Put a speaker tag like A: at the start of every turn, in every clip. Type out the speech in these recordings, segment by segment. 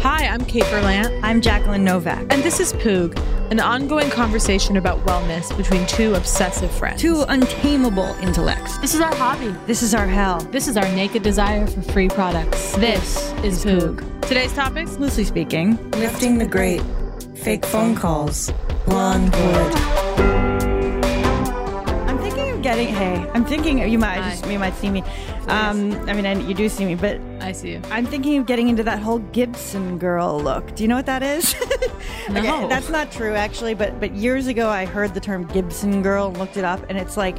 A: Hi, I'm Kate Berlant.
B: I'm Jacqueline Novak.
A: And this is Poog, an ongoing conversation about wellness between two obsessive friends.
B: Two untamable intellects.
C: This is our hobby.
B: This is our hell.
C: This is our naked desire for free products.
A: This, this is, is Poog. Poog.
C: Today's topics
B: loosely speaking,
D: lifting the great, fake phone calls, blonde board
B: getting. Hey, I'm thinking you might just, you might see me. Um, I mean, I, you do see me, but
A: I see you.
B: I'm thinking of getting into that whole Gibson girl look. Do you know what that is?
A: no, okay,
B: that's not true actually. But but years ago, I heard the term Gibson girl and looked it up, and it's like.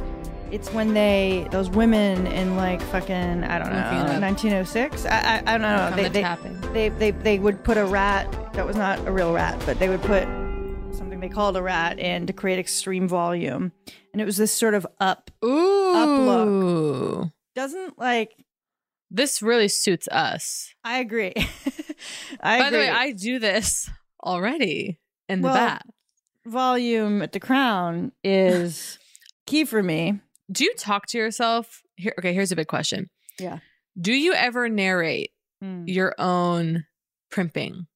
B: It's when they those women in like fucking I don't know 1906 I, I, I don't know they they, they, they they would put a rat that was not a real rat but they would put something they called a rat in to create extreme volume. And it was this sort of up,
A: Ooh.
B: up look. Doesn't like
C: this really suits us.
B: I agree. I
C: By
B: agree.
C: the way, I do this already in well, the back.
B: Volume at the crown is key for me.
C: Do you talk to yourself? Here, okay, here's a big question.
B: Yeah.
C: Do you ever narrate mm. your own primping?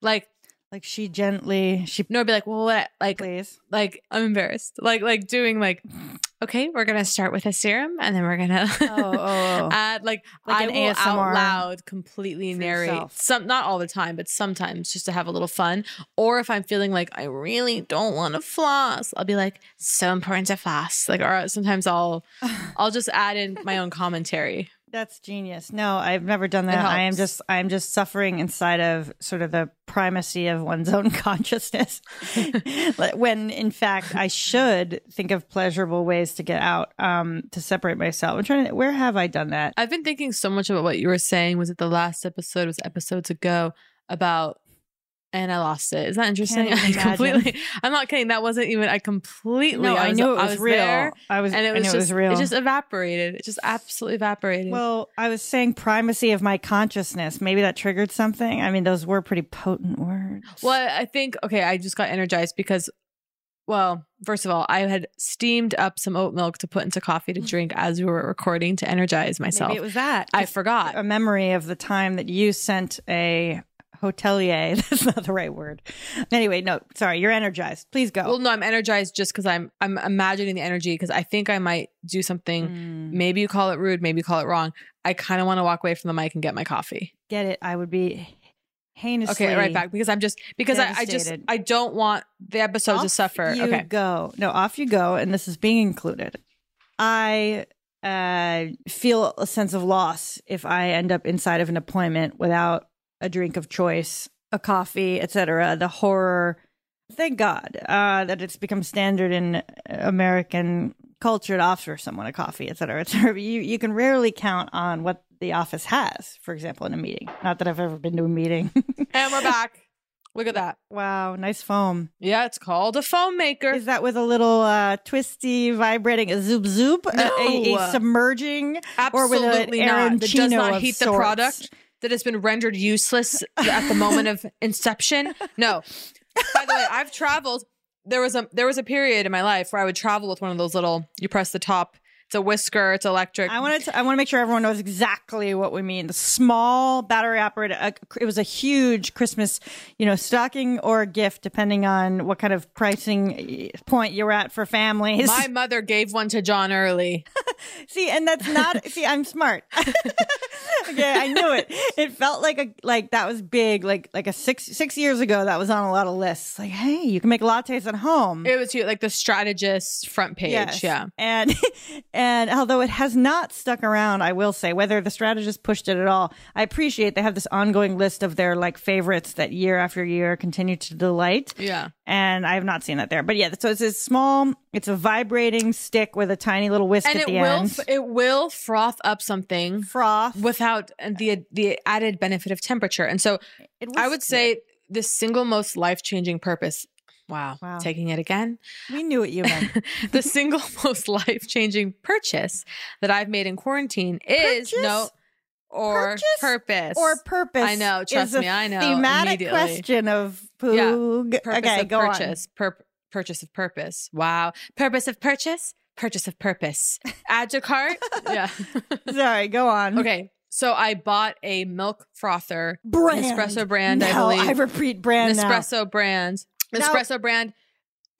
C: Like
B: like she gently she
C: no I'd be like well what like
B: please
C: like I'm embarrassed like like doing like okay we're gonna start with a serum and then we're gonna
B: oh, oh, oh.
C: add like, like I an will ASMR out loud completely narrate yourself. some not all the time but sometimes just to have a little fun or if I'm feeling like I really don't want to floss I'll be like so important to floss like or sometimes I'll I'll just add in my own commentary.
B: That's genius. No, I've never done that. I am just I am just suffering inside of sort of the primacy of one's own consciousness. when in fact I should think of pleasurable ways to get out um to separate myself. I'm trying to where have I done that?
C: I've been thinking so much about what you were saying was it the last episode was episodes ago about and I lost it. Is that interesting?
B: I
C: completely. I'm not kidding. That wasn't even. I completely.
B: No, I,
C: was,
B: knew it was, I was real.
C: There,
B: I was,
C: and it was,
B: just,
C: it
B: was real.
C: It just evaporated. It just absolutely evaporated.
B: Well, I was saying primacy of my consciousness. Maybe that triggered something. I mean, those were pretty potent words.
C: Well, I think okay. I just got energized because, well, first of all, I had steamed up some oat milk to put into coffee to drink as we were recording to energize myself.
B: Maybe it was that.
C: I forgot
B: a memory of the time that you sent a hotelier. That's not the right word. Anyway, no, sorry. You're energized. Please go.
C: Well, no, I'm energized just because I'm I'm imagining the energy because I think I might do something.
B: Hmm.
C: Maybe you call it rude. Maybe you call it wrong. I kind of want to walk away from the mic and get my coffee.
B: Get it? I would be heinously.
C: Okay, right back because I'm just because I, I just
B: Devastated.
C: I don't want the episode to
B: Off
C: suffer.
B: You
C: okay,
B: go. No, off you go. And this is being included. I uh, feel a sense of loss if I end up inside of an appointment without a drink of choice, a coffee, etc. The horror. Thank God uh, that it's become standard in American culture to offer someone a coffee, et cetera, et cetera. You, you can rarely count on what the office has, for example, in a meeting. Not that I've ever been to a meeting.
C: and we're back. Look at that.
B: Wow, nice foam.
C: Yeah, it's called a foam maker.
B: Is that with a little uh, twisty, vibrating, a zoop zoop, a- a, a
C: No.
B: submerging, or with
C: Absolutely
B: an
C: not. That does
B: arancino
C: not
B: of
C: heat the
B: sorts?
C: product that has been rendered useless at the moment of inception. No. By the way, I've traveled. There was a there was a period in my life where I would travel with one of those little. You press the top. It's a whisker. It's electric.
B: I want to. I want to make sure everyone knows exactly what we mean. The small battery operated. Uh, it was a huge Christmas, you know, stocking or gift, depending on what kind of pricing point you're at for families.
C: My mother gave one to John early.
B: See, and that's not. see, I'm smart. okay, I knew it. It felt like a like that was big. Like like a six six years ago, that was on a lot of lists. Like, hey, you can make lattes at home.
C: It was cute, like the strategist front page.
B: Yes.
C: Yeah.
B: And and although it has not stuck around, I will say whether the strategist pushed it at all, I appreciate they have this ongoing list of their like favorites that year after year continue to delight.
C: Yeah.
B: And I have not seen that there. But yeah, so it's a small, it's a vibrating stick with a tiny little whisk
C: and
B: at
C: it
B: the
C: will
B: end.
C: f- it will froth up something
B: froth
C: without uh, the the added benefit of temperature and so i would say the single most life-changing purpose wow, taking it again
B: we knew what you meant
C: the single most life-changing purchase that i've made in quarantine is no or purpose
B: or purpose.
C: i know trust
B: is a
C: me i know
B: Thematic
C: immediately.
B: question of
C: Yeah,
B: poog.
C: purpose
B: okay,
C: of
B: go on.
C: purchase pur- purchase of purpose wow purpose of purchase purchase of purpose add to cart yeah
B: Sorry, go on.
C: Okay. So I bought a milk frother
B: Brand.
C: Nespresso brand, I
B: No,
C: believe.
B: I repeat brand now.
C: Nespresso brand.
B: No.
C: Nespresso brand.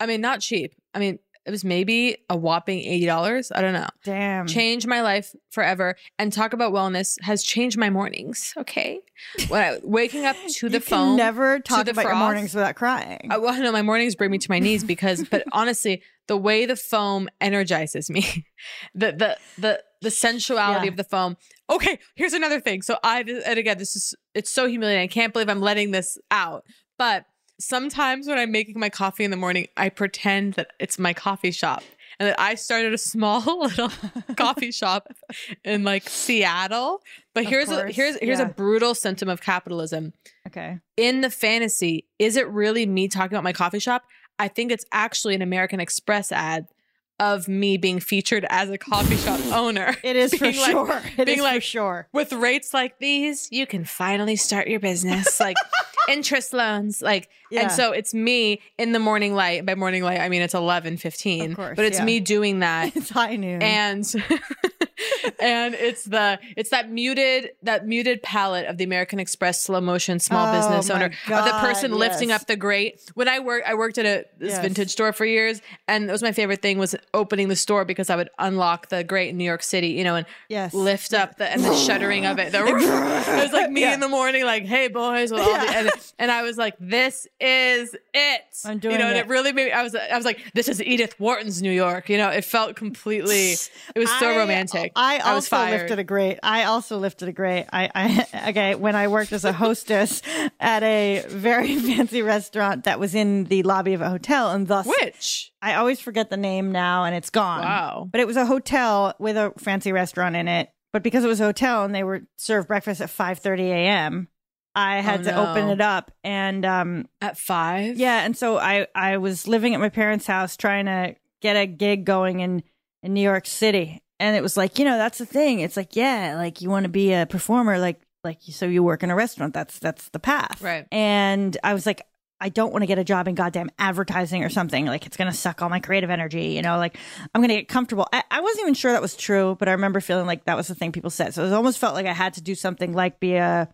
C: I mean, not cheap. I mean, it was maybe a whopping $80. I don't know.
B: Damn.
C: Changed my life forever. And talk about wellness has changed my mornings. Okay. When I waking up to the
B: you
C: phone.
B: Can never
C: to
B: talk
C: the
B: about your
C: froth.
B: mornings without crying.
C: I, well, no, my mornings bring me to my knees because, but honestly, the way the foam energizes me, the the the the sensuality
B: Yeah.
C: of the foam. Okay, here's another thing. So I and again, this is it's so humiliating. I can't believe I'm letting this out. But sometimes when I'm making my coffee in the morning, I pretend that it's my coffee shop. And that I started a small little coffee shop in like Seattle. But
B: Of
C: here's a
B: course,
C: here's here's
B: yeah.
C: a brutal symptom of capitalism
B: Okay.
C: in the fantasy, is it really me talking about my coffee shop? I think it's actually an American Express ad of me being featured as a coffee shop owner.
B: It is for
C: Being like-
B: sure. It
C: being
B: is for
C: like,
B: sure.
C: with rates like these, you can finally start your business. Like interest loans. Like
B: Yeah.
C: and so it's me in the morning light. By morning light, I mean it's eleven fifteen.
B: Of course,
C: but it's
B: yeah.
C: me doing that.
B: It's high noon.
C: and and it's the it's that muted that muted palette of the American Express slow motion small
B: Oh,
C: business
B: my
C: owner of the
B: God,
C: person lifting
B: yes.
C: up the grate. When I work I worked at a this
B: Yes.
C: vintage store for years and that was my favorite thing was opening the store because I would unlock the grate in New York City, you know, and
B: Yes.
C: lift up the and the shuddering of it. The, it was like me in the morning like, "Hey boys," with all the, and, and I was like, "This is it."
B: I'm
C: you
B: doing
C: know, and
B: it.
C: it really made me, I was I was like, "This is e-" Edith Wharton's New York." You know, it felt completely it was so
B: I-
C: romantic.
B: I also
C: was fired.
B: lifted a grate. I also lifted a grate. I, I okay when I worked as a hostess at a very fancy restaurant that was in the lobby of a hotel, and thus
C: which
B: I always forget the name now, and it's gone.
C: Wow.
B: But it was a hotel with a fancy restaurant in it. But because it was a hotel and they were served breakfast at five thirty a.m., I had
C: Oh,
B: to open
C: no.
B: it up and um
C: at five.
B: Yeah, and so I I was living at my parents' house trying to get a gig going in in New York City, and it was like you know that's the thing. It's like yeah, like you want to be a performer, like like so you work in a restaurant. That's that's the path,
C: Right.
B: And I was like. I don't want to get a job in goddamn advertising or something. Like, it's going to suck all my creative energy. You know, like, I'm going to get comfortable. I, I wasn't even sure that was true, but I remember feeling like that was the thing people said. So it almost felt like I had to do something like be a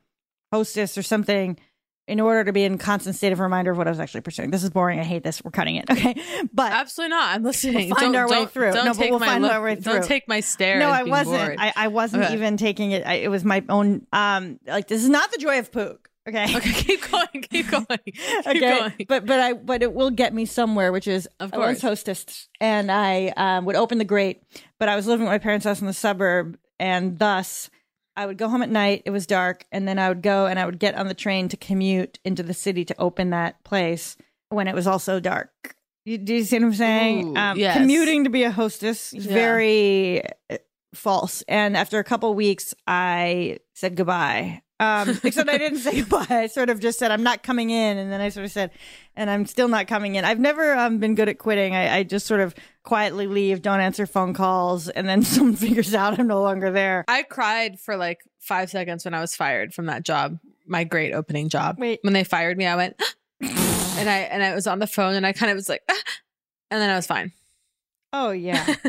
B: hostess or something in order to be in constant state of reminder of what I was actually pursuing. This is boring. I hate this. We're cutting it. Okay, but
C: absolutely not. I'm listening.
B: We'll find
C: Don't-
B: our way
C: don't-
B: through.
C: don't
B: no, but
C: take
B: we'll
C: my
B: find
C: look-
B: our way through.
C: don't take my stare
B: No,
C: as
B: I
C: being bored.
B: wasn't. I, I wasn't
C: Okay.
B: even taking it. I, it was my own. Um, like this is not the joy of pook. Okay. Okay.
C: Keep going. Keep going. Keep
B: okay.
C: going.
B: But but I but it will get me somewhere, which is of I was
C: course.
B: hostess, and I um, would open the grate. But I was living at my parents' house in the suburb, and thus I would go home at night. It was dark, and then I would go and I would get on the train to commute into the city to open that place when it was also dark. You, do you see what I'm saying? um,
C: Ooh, yes.
B: Commuting to be a hostess is
C: Yeah.
B: very uh, false. And after a couple weeks, I said goodbye. Um, except I didn't say goodbye. I sort of just said I'm not coming in, and then I sort of said, and I'm still not coming in. I've never um, been good at quitting. I, I just sort of quietly leave, don't answer phone calls, and then someone figures out I'm no longer there.
C: I cried for like five seconds when I was fired from that job, my great opening job. When they fired me, I went and I and I was on the phone and I kind of was like, and then I was fine.
B: Oh yeah.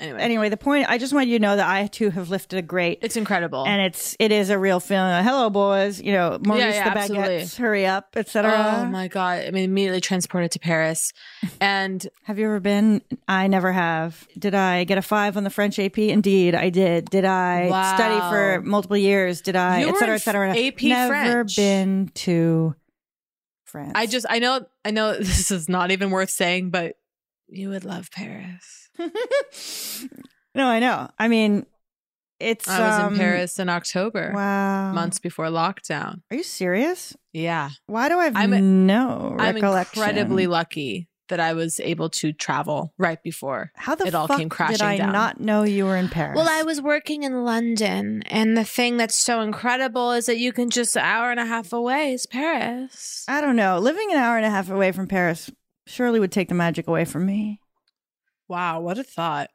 C: anyway,
B: anyway, the point I just want you to know that I too have lifted a great.
C: It's incredible,
B: and it's it is a real feeling. Of, Hello, boys. You know, Maurice
C: yeah,
B: the
C: absolutely.
B: baguettes, hurry up,
C: Oh
B: etc.
C: my god! I mean, immediately transported to Paris, and
B: have you ever been? I never have. Did I get a five on the French AP? Indeed, I did. Did I
C: Wow.
B: study for multiple years? Did I,
C: You were
B: etc.,
C: in
B: etc.?
C: AP
B: never
C: French.
B: been to France.
C: I just I know I know this is not even worth saying, but you would love Paris.
B: No, I know. I mean, it's.
C: I was
B: um,
C: in Paris in October.
B: Wow.
C: months before lockdown.
B: Are you serious?
C: Yeah.
B: Why do I have
C: I'm a-
B: no
C: I'm
B: recollection?
C: incredibly lucky that I was able to travel right before
B: How the
C: it all
B: fuck
C: came crashing
B: did I
C: down.
B: not know you were in Paris?
C: Well, I was working in London, and the thing that's so incredible is that you can just an hour and a half away is Paris.
B: I don't know. Living an hour and a half away from Paris surely would take the magic away from me.
C: Wow, what a thought.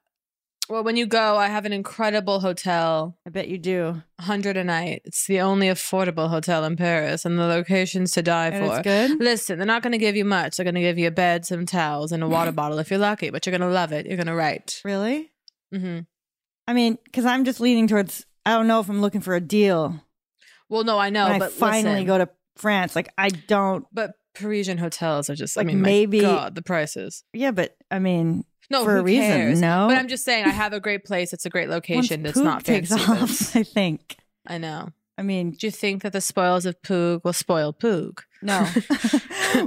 C: Well, when you go, I have an incredible hotel.
B: I bet you do.
C: 100 a night. It's the only affordable hotel in Paris and the location's to die
B: And
C: for.
B: it's good?
C: Listen, they're not going to give you much. They're going to give you a bed, some towels, and a water bottle if you're lucky, but you're going to love it. You're going to write.
B: Really?
C: Mm-hmm.
B: I mean, because I'm just leaning towards. I don't know if I'm looking for a deal.
C: Well, no, I know,
B: when
C: but
B: I finally
C: listen,
B: go to France. Like I don't.
C: But Parisian hotels are just,
B: Like,
C: I mean,
B: maybe-
C: maybe, my God, the prices.
B: Yeah, but I mean,
C: No,
B: for
C: who
B: a reason.
C: cares?
B: No,
C: But I'm just saying, I have a great place. It's a great location.
B: Once
C: It's not
B: poop takes
C: fancy. but-
B: off. I think.
C: I know.
B: I mean,
C: do you think that the spoils of Poog will spoil Poog?
B: No.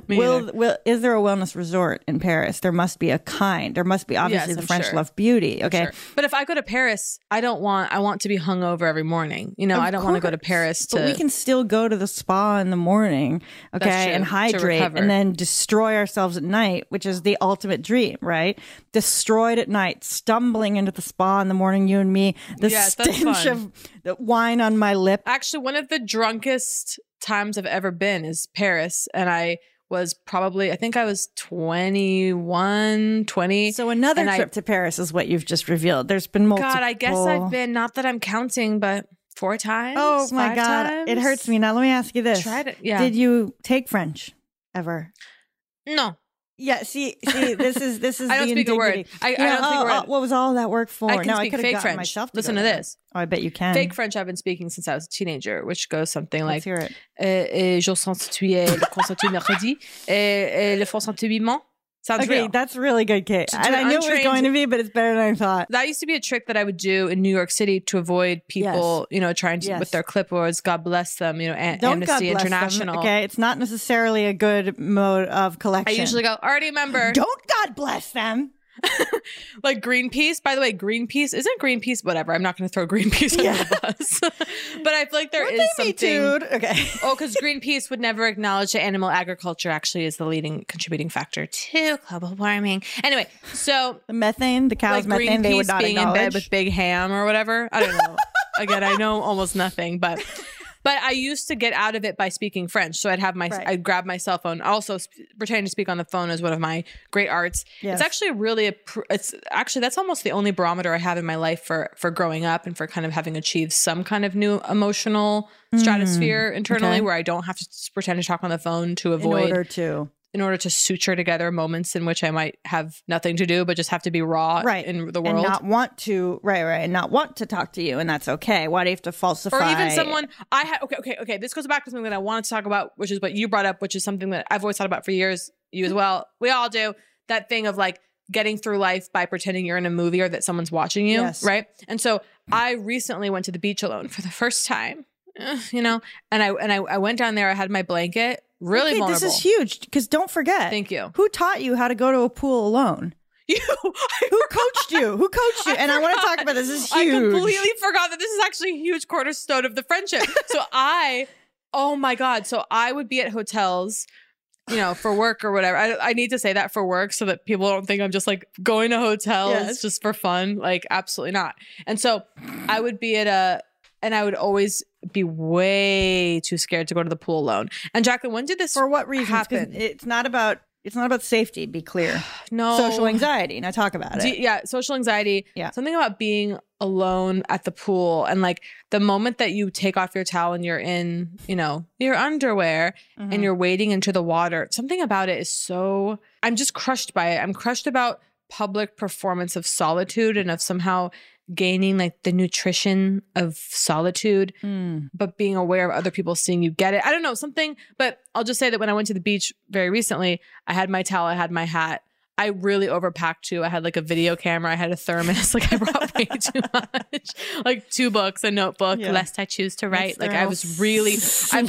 C: Me
B: will will is there a wellness resort in Paris? There must be a kind. There must be obviously
C: Yes,
B: the
C: I'm
B: French
C: sure.
B: love beauty. Okay.
C: Sure. But if I go to Paris, I don't want I want to be hungover every morning. You know,
B: Of
C: I don't want to go to
B: course.
C: Paris to
B: But we can still go to the spa in the morning,
C: That's
B: okay,
C: true,
B: and
C: to
B: hydrate
C: recover.
B: and then destroy ourselves at night, which is the ultimate dream, right? Destroyed at night, stumbling into the spa in the morning, you and me, the
C: Yes, that's
B: stench
C: fun.
B: of the wine on my lip.
C: Actually, one of the drunkest times I've ever been is Paris and I was probably I think I was 21, 20.
B: So another
C: and I-
B: trip to Paris is what you've just revealed. There's been multiple
C: God, I guess I've been not that I'm counting but four times.
B: Oh my
C: five
B: god, it
C: times?
B: hurts me. Now let me ask you this:
C: Try to- yeah.
B: Did you take French ever?
C: No.
B: Yeah. See, see, this is this is.
C: I don't
B: the
C: speak a word.
B: indignity.
C: I- I
B: Yeah,
C: don't speak a
B: oh,
C: word.
B: oh, what was all that work for?
C: I can
B: no, I
C: speak
B: could have
C: fake
B: gotten
C: French.
B: myself. To
C: Listen
B: go
C: to
B: there.
C: this.
B: Oh, I bet you can.
C: Fake French I've been speaking since I was a teenager, which goes something like
B: Let's hear it.
C: Euh, et je sens tuer le consentu mercredi et, et le fond sentiment. Sounds
B: okay,
C: real.
B: that's really good, Kate.
C: To do
B: And I
C: an
B: knew it was
C: untrained-
B: going to be, but it's better than I thought.
C: That used to be a trick that I would do in New York City to avoid people, you know, trying to
B: Yes.
C: with their clipboards. God bless them, you know, Am-
B: Don't God
C: Amnesty
B: bless them,
C: International.
B: okay, it's not necessarily a good mode of
C: I
B: collection.
C: usually go already a member.
B: Don't God bless them.
C: like Greenpeace. By the way, Greenpeace isn't Greenpeace. Whatever. I'm not going to throw Greenpeace under the bus, but I feel like there is
B: Hey, me
C: something.
B: dude. Okay.
C: Oh, because Greenpeace would never acknowledge that animal agriculture actually is the leading contributing factor to global warming. Anyway, so
B: The methane, the
C: like
B: cow's methane, they would
C: Greenpeace
B: not
C: being
B: acknowledge.
C: in bed with Big Ham or whatever. I don't know. Again, I know almost nothing, but but I used to get out of it by speaking French. So I'd have my
B: Right.
C: I'd grab my cell phone. Also, sp- pretending to speak on the phone is one of my great arts.
B: Yes.
C: It's actually really a pr- it's actually that's almost the only barometer I have in my life for for growing up and for kind of having achieved some kind of new emotional
B: Mm,
C: stratosphere internally
B: okay.
C: where I don't have to s- pretend to talk on the phone to
B: in
C: avoid
B: order to
C: in order to suture together moments in which I might have nothing to do but just have to be raw
B: right.
C: in the world.
B: and not want to right right and not want to talk to you and that's okay why do you have to falsify
C: or even someone I had okay, okay, okay. This goes back to something that I wanted to talk about, which is what you brought up, which is something that I've always thought about for years, you as well. We all do. That thing of like getting through life by pretending you're in a movie or that someone's watching you.
B: Yes.
C: Right. And so I recently went to the beach alone for the first time. eh, You know, and I and I, I went down there, I had my blanket, really
B: Okay,
C: vulnerable.
B: this is huge because don't forget
C: Thank you.
B: who taught you how to go to a pool alone
C: you
B: who coached you who coached you and i want to talk about this this is huge
C: I completely forgot that this is actually a huge cornerstone of the friendship. So I, oh my God. So I would be at hotels, you know, for work or whatever. I, I need to say that for work so that people don't think I'm just like going to hotels
B: Yes.
C: just for fun. Like, absolutely not. And so I would be at a, and I would always be way too scared to go to the pool alone. And Jacqueline, when did this for
B: what reason
C: happen?
B: it's not about it's not about safety be clear
C: no
B: social anxiety and i talk about it
C: Do- yeah, social anxiety. Yeah. Something about being alone at the pool and like the moment that you take off your towel and you're in, you know, your underwear
B: Mhm.
C: and you're wading into the water, something about it is so I'm just crushed by it. I'm crushed about public performance of solitude and of somehow gaining like the nutrition of solitude but being aware of other people seeing you get it. I don't know, something, but I'll just say that when I went to the beach very recently, I had my towel, I had my hat. I really overpacked too. I had like a video camera, I had a thermos, like I brought way too much. Like two books, a notebook,
B: Yeah.
C: lest I choose to write.
B: That's
C: like
B: their
C: I
B: own-
C: was really in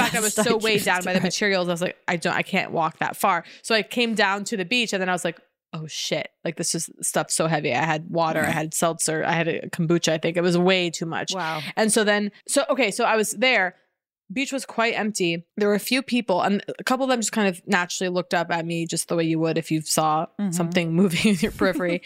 C: fact I was
B: Lest I
C: so weighed
B: choose
C: down
B: to
C: by the
B: write.
C: materials. I was like, I don't I can't walk that far. So I came down to the beach and then I was like, oh shit. Like this is stuff so heavy. I had water, I had seltzer, I had a kombucha, I think. It was way too much.
B: Wow.
C: And so then, so okay, so I was there. Beach was quite empty. There were a few people, and a couple of them just kind of naturally looked up at me, just the way you would if you saw
B: Mhm.
C: something moving in your periphery.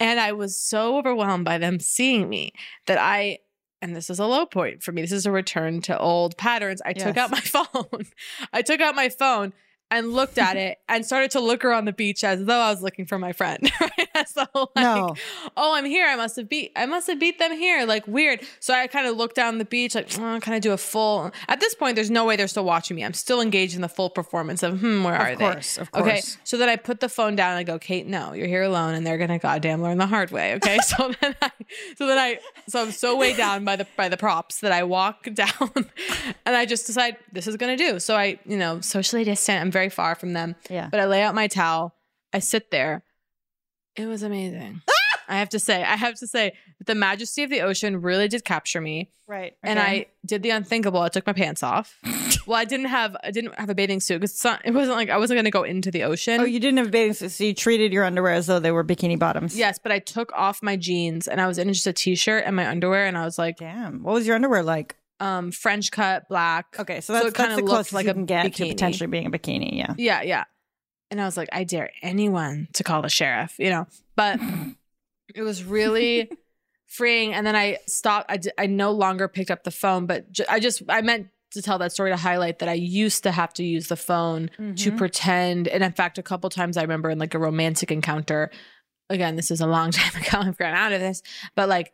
C: and I was so overwhelmed by them seeing me that I, and this is a low point for me, this is a return to old patterns. I took
B: Yes.
C: out my phone. I took out my phone and looked at it and started to look around the beach as though I was looking for my friend. Right? As though like,
B: No.
C: oh, I'm here. I must have beat. I must have beat them here. Like weird. So I kind of looked down the beach, like kind of do a full. At this point, there's no way they're still watching me. I'm still engaged in the full performance of hmm, where
B: Of
C: are
B: course,
C: they?
B: of
C: Okay.
B: course.
C: So then I put the phone down. and I go, Kate, no, you're here alone, and they're gonna goddamn learn the hard way. Okay. so then I, so then I, so I'm so weighed down by the by the props that I walk down, and I just decide this is gonna do. So I, you know, socially distant. I'm very far from them.
B: Yeah.
C: But I lay out my towel. I sit there. It was amazing. I have to say, I have to say, the majesty of the ocean really did capture me.
B: right
C: And I
B: okay.
C: did the unthinkable. I took my pants off. well, I didn't have I didn't have a bathing suit because it wasn't like I wasn't going to go into the ocean.
B: oh you didn't have bathing suits so you treated your underwear as though they were bikini bottoms
C: Yes, but I took off my jeans and I was in just a t-shirt and my underwear and I was like,
B: damn, what was your underwear like?
C: Um, French cut, black.
B: Okay, so that's,
C: it
B: that's
C: kinda
B: the
C: looked
B: closest like you can get to
C: bikini.
B: potentially being a bikini. Yeah.
C: Yeah, yeah. And I was like, I dare anyone to call the sheriff, you know. But it was really freeing. And then I stopped. I, d- I no longer picked up the phone, but ju- I just I meant to tell that story to highlight that I used to have to use the phone to
B: Mhm.
C: pretend. And in fact, a couple times I remember in like a romantic encounter. Again, this is a long time ago. I've grown out of this, but like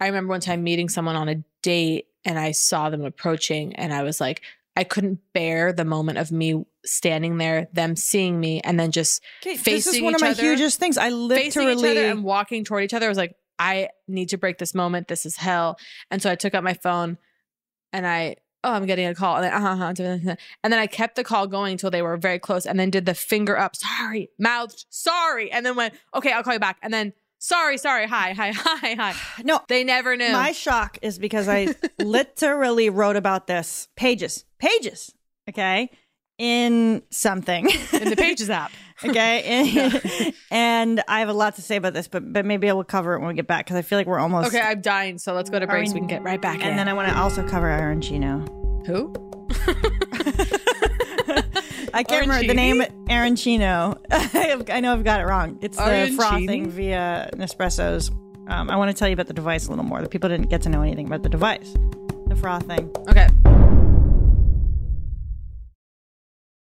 C: I remember one time meeting someone on a date and I saw them approaching and I was like, I couldn't bear the moment of me standing there, them seeing me, and then just
B: Okay,
C: facing
B: this is one of
C: each
B: my
C: other,
B: hugest things. I
C: facing each
B: literally-
C: other and walking toward each other. I was like, I need to break this moment. This is hell. And so I took out my phone and I, oh, I'm getting a call. And then, uh huh, and then I kept the call going until they were very close and then did the finger up, sorry, mouthed, sorry, and then went, okay, I'll call you back. And then, sorry, sorry, hi, hi, hi, hi.
B: No,
C: they never knew.
B: My shock is because I literally wrote about this pages, pages, okay, in something.
C: in the Pages app.
B: Okay. and I have a lot to say about this, but but maybe I will cover it when we get back because I feel like we're almost.
C: Okay, I'm dying, so let's go to break so we can get right back in.
B: And then I want to also cover Arancino.
C: Who?
B: I can't remember the name. Arancino. I know I've got it wrong. It's the
C: Arancini?
B: frothing via Nespresso's. Um, I want to tell you about the device a little more. The people didn't get to know anything about the device. The frothing.
C: Okay.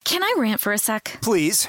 E: Can I rant for a sec?
F: Please.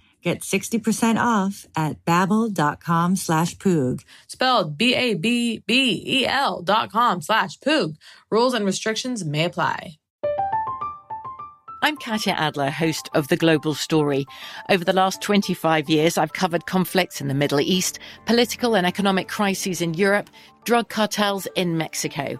D: Get 60% off at babbel.com slash poog.
G: Spelled B-A-B-B-E-L dot com slash poog. Rules and restrictions may apply.
H: I'm Katya Adler, host of The Global Story. Over the last 25 years, I've covered conflicts in the Middle East, political and economic crises in Europe, drug cartels in Mexico.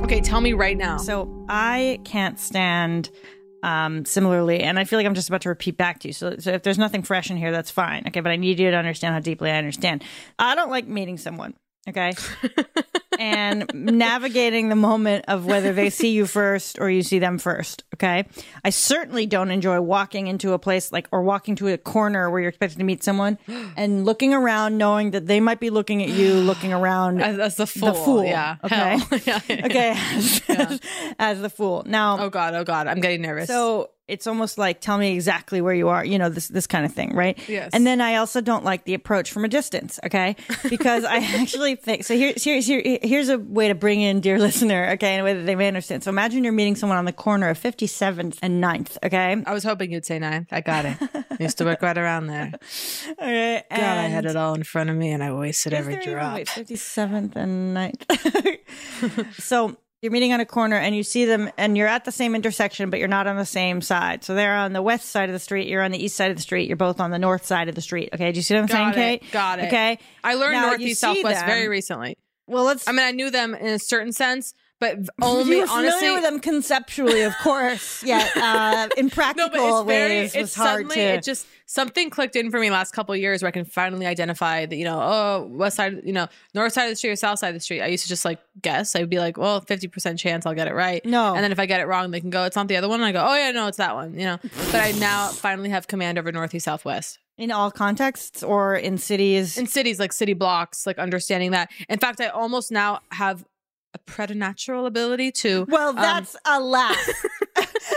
C: Okay, tell me right now.
B: So I can't stand um, similarly, and I feel like I'm just about to repeat back to you. So, so if there's nothing fresh in here, that's fine. Okay, but I need you to understand how deeply I understand. I don't like meeting someone. Okay. and navigating the moment of whether they see you first or you see them first. Okay. I certainly don't enjoy walking into a place like or walking to a corner where you're expected to meet someone and looking around, knowing that they might be looking at you, looking around
C: as, as the fool.
B: The fool.
C: Yeah.
B: Okay.
C: yeah.
B: okay. As, yeah. as the fool. Now.
C: Oh God. Oh God. I'm getting nervous.
B: So it's almost like tell me exactly where you are you know this this kind of thing right
C: yes
B: and then i also don't like the approach from a distance okay because i actually think so here's here's here, here's a way to bring in dear listener okay in a way that they may understand so imagine you're meeting someone on the corner of 57th and 9th okay
C: i was hoping you'd say 9th i got it I used to work right around there
B: okay
C: god i had it all in front of me and i wasted every
B: there,
C: drop
B: wait, 57th and 9th so you're meeting on a corner and you see them and you're at the same intersection but you're not on the same side so they're on the west side of the street you're on the east side of the street you're both on the north side of the street okay do you see what i'm
C: got
B: saying
C: it,
B: kate
C: got it
B: okay
C: i learned northeast southwest them. very recently
B: well let's
C: i mean i knew them in a certain sense but only
B: you were familiar
C: honestly
B: with them conceptually, of course. Yet uh, in
C: no,
B: practical
C: but it's very.
B: ways was
C: It's
B: hard
C: suddenly
B: to.
C: it just something clicked in for me last couple of years where I can finally identify that you know oh west side you know north side of the street or south side of the street. I used to just like guess. I'd be like well fifty percent chance I'll get it right.
B: No.
C: and then if I get it wrong, they can go it's not the other one. And I go oh yeah no it's that one. You know, but I now finally have command over northeast southwest.
B: in all contexts or in cities.
C: In cities, like city blocks, like understanding that. In fact, I almost now have a preternatural ability to.
B: Well,
C: um,
B: that's a laugh.